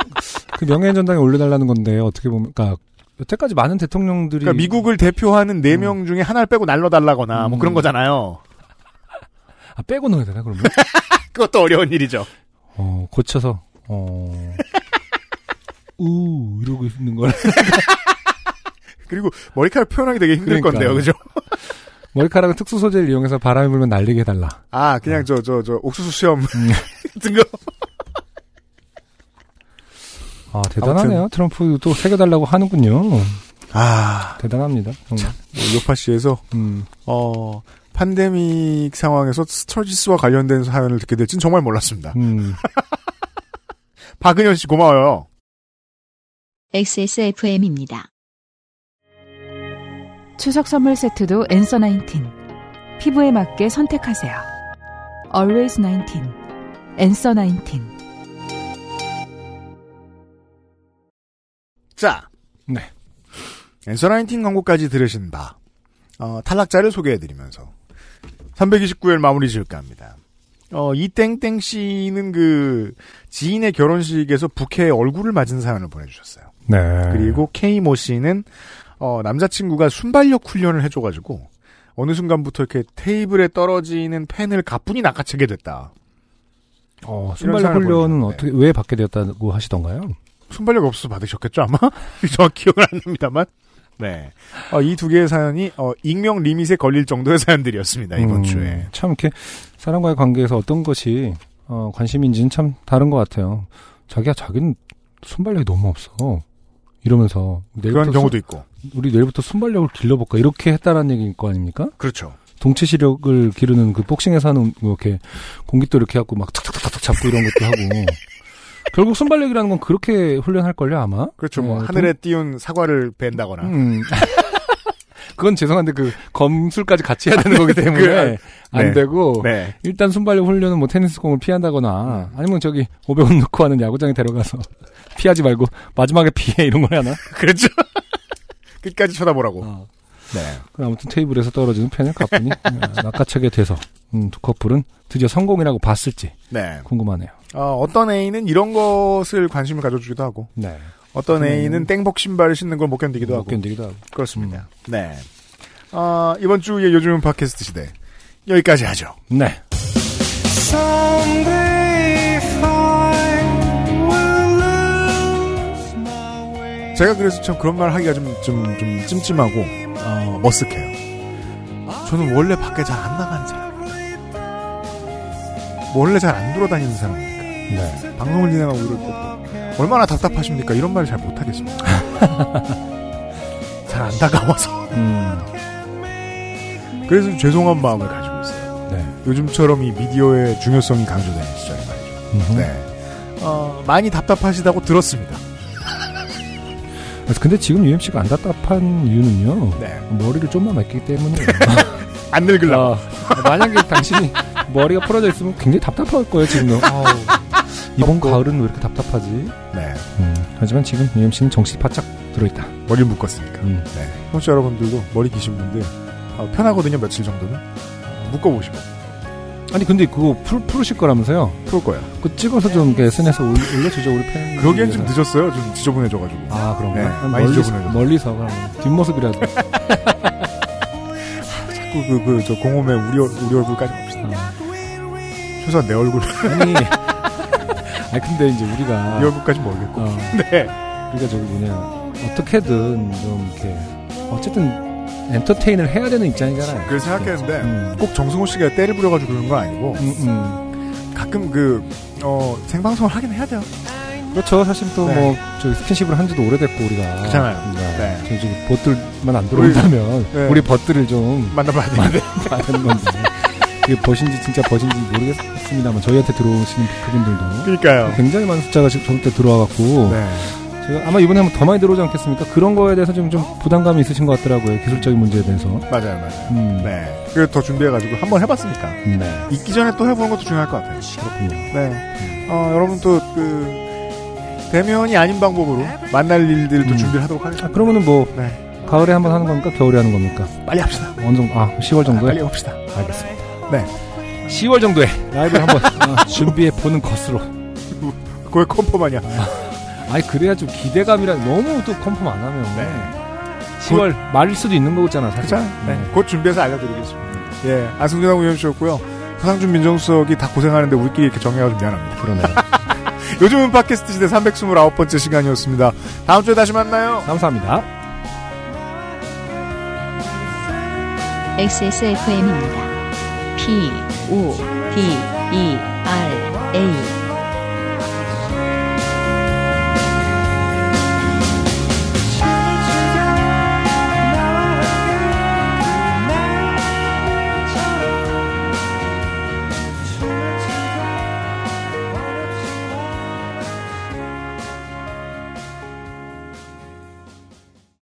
그 명예훼 전당에 올려달라는 건데 어떻게 보면 그러니까 여태까지 많은 대통령들이 그러니까 미국을 대표하는 네 명 중에 하나를 빼고 날려달라거나 뭐 음. 그런 거잖아요. 아, 빼고 넣어야 되나 그러면? 그것도 어려운 일이죠. 어 고쳐서 어. (laughs) 어우 이러고 있는 걸 그리고 머리카락 표현하기 되게 힘들 그러니까요. 건데요, 그죠? (laughs) 머리카락은 특수 소재를 이용해서 바람이 불면 날리게 해달라. 아, 그냥 저 저 저 옥수수 수염 (laughs) 같은 거. 아 대단하네요. 트럼프 또 새겨달라고 하는군요. 아, 대단합니다. 정말. 뭐 요파 씨에서 음, 어 팬데믹 상황에서 스터지스와 관련된 사연을 듣게 될지는 정말 몰랐습니다. 음. 박은현 씨 고마워요. XSFM입니다. 추석 선물 세트도 엔서 19. 피부에 맞게 선택하세요. Always 19. 엔서 19. 자. 네. 엔서 나인틴 광고까지 들으신 바, 어, 탈락자를 소개해드리면서, 329일 마무리 지을까 합니다. 어, 이땡땡 씨는 그, 지인의 결혼식에서 부캐의 얼굴을 맞은 사연을 보내주셨어요. 네. 그리고 K모 씨는, 어, 남자친구가 순발력 훈련을 해줘가지고, 어느 순간부터 이렇게 테이블에 떨어지는 펜을 가뿐히 낚아채게 됐다. 어, 이런 순발력 사연을 훈련은 보내주셨는데. 어떻게 왜 받게 되었다고 하시던가요? 순발력 없어서 받으셨겠죠 아마 (laughs) 정확히 기억은 안 납니다만 네이 두 개의 사연이 어, 익명 리밋에 걸릴 정도의 네, 사연들이었습니다 이번 음, 주에 참 이렇게 사람과의 관계에서 어떤 것이 어, 관심인지는 참 다른 것 같아요. 자기야 자기는 순발력이 너무 없어. 이러면서 그런 내일부터 경우도 있고 순- 우리 내일부터 순발력을 길러볼까 이렇게 했다라는 얘기일 거 아닙니까? 그렇죠 동체 시력을 기르는 그 복싱에서 하는 뭐 이렇게 공기도 이렇게 하고 막 탁탁탁탁 잡고 (laughs) 이런 것도 하고 결국 순발력이라는 건 그렇게 훈련할 걸요 아마. 그렇죠 뭐 네, 하늘에 띄운 사과를 벤다거나 음. (laughs) 그건 죄송한데 그 검술까지 같이 해야 되는 거기 때문에 (laughs) 그, 안 네. 되고 네 (laughs) 일단 순발력 훈련은 뭐 테니스 공을 피한다거나 아니면 저기 (laughs) 500원 넣고 하는 야구장에 데려가서 (laughs) 피하지 말고 마지막에 피해 이런 걸 하나? 그렇죠 (laughs) 끝까지 쳐다보라고 어. 네 그럼 아무튼 테이블에서 떨어지는 펜을 (laughs) 가뿐히 어, 낚아채게 돼서 음, 두 커플은 드디어 성공이라고 봤을지 네. 궁금하네요. 어, 어떤 애인은 이런 것을 관심을 가져주기도 하고 네. 어떤 애인은 땡복 신발을 신는 걸 못 견디기도 하고 견디기도 하고. 그렇습니다 네 어, 이번 주에 요즘은 팟캐스트 시대 여기까지 하죠 네. 제가 그래서 참 그런 말 하기가 좀, 좀, 좀 찜찜하고, 어, 머쓱해요. 저는 원래 밖에 잘 안 나가는 사람입니다. 원래 잘 안 돌아다니는 사람입니까? 네. 방송을 진행하고 이럴 때도. 얼마나 답답하십니까? 이런 말을 잘 못하겠습니다. (laughs) 잘 안 다가와서. 음, 그래서 죄송한 마음을 가지고 있어요. 네. 요즘처럼 이 미디어의 중요성이 강조되는 시절이 말이죠. 음흠. 네. 어, 많이 답답하시다고 들었습니다. 그래서 근데 지금 UMC가 안 답답한 이유는요. 네. 머리를 좀만 맡기 (laughs) 때문에. 안 늙을라. 아, 만약에 당신이 머리가 풀어져 있으면 굉장히 답답할 거예요, 지금. 아우, 이번 가을은 왜 이렇게 답답하지? 네. 음, 하지만 지금 UMC는 정신 바짝 들어있다. 머리를 묶었으니까. 음. 네. 청취자 여러분들도 머리 기신 분들 어, 편하거든요. 며칠 정도는 묶어보시고 아니, 근데 그거 풀, 풀으실 거라면서요? 풀 거야. 그 찍어서 좀 이렇게 SNS 에 올- 올려주죠, 우리 팬. 그러기엔 좀 늦었어요. 좀 지저분해져가지고. 음. 아, 그런가? 네, 아, 많이 멀리서, 지저분해져. 멀리서 그러면 뒷모습이라도. 자꾸 그 그 저 공홈에 우리 얼- 우리 얼굴까지 봅시다. 최소한 내 얼굴 음. 아니. (laughs) 아니, 근데 이제 우리가. 이 얼굴까지 모르겠고. 어, (laughs) 네. 우리가 저기 뭐냐. 어떻게든 좀 이렇게. 어쨌든 엔터테인을 해야 되는 입장이잖아요. 그걸 생각했는데 음. 꼭 정승호 씨가 때를 부려가지고 그런 건 아니고 음, 음. 가끔 그 어, 생방송을 하긴 해야 돼요. 그렇죠. 사실 또 네. 뭐, 저기 스킨십을 한 지도 오래됐고, 우리가. 그렇잖아요. 네. 네. 저희 지금 벗들만 안 들어온다면, 우리, 네. 벗들을 좀 만나봐야 되는데 봐야 되는 건데. 이게 벗인지 진짜 벗인지 모르겠습니다만, 저희한테 들어오시는 그분들도. 그러니까요. 굉장히 많은 숫자가 지금 저한테 들어와갖고. 그렇죠. 네. 제가 아마 이번에 한번 더 많이 들어오지 않겠습니까? 그런 거에 대해서 지금 좀 부담감이 있으신 것 같더라고요. 기술적인 문제에 대해서. 맞아요, 맞아요. 음. 네. 그래서 더 준비해가지고 한번 해봤으니까 네. 있기 전에 또 해보는 것도 중요할 것 같아요. 그렇군요. 네. 어, 여러분 또그 대면이 아닌 방법으로 만날 일들도 음. 준비를 하도록 하겠습니다. 아, 그러면은 뭐, 네. 가을에 한번 하는 겁니까? 겨울에 하는 겁니까? 빨리 합시다. 어느 정도, 아, 10월 아, 빨리 정도에? 합시다. 알겠습니다. 네. 10월 정도에 라이브를 한번 아, (laughs) 준비해 보는 것으로. 그게 컨펌하냐? 아니, 그래야 좀 기대감이라 너무 또 컴펌 안 하면. 네. 10월 말일 수도 있는 거잖아, 사실. 그렇죠. 네. 음. 곧 준비해서 알려드리겠습니다. 예. 안승준하고 위원씨였고요. 서상준 민정수석이 다 고생하는데 우리끼리 이렇게 정리하고 좀 미안합니다. 그러네요. (laughs) 요즘은 팟캐스트 시대 329번째 시간이었습니다. 다음 주에 다시 만나요. 감사합니다. XSFM입니다. P, O, D, E, R, A.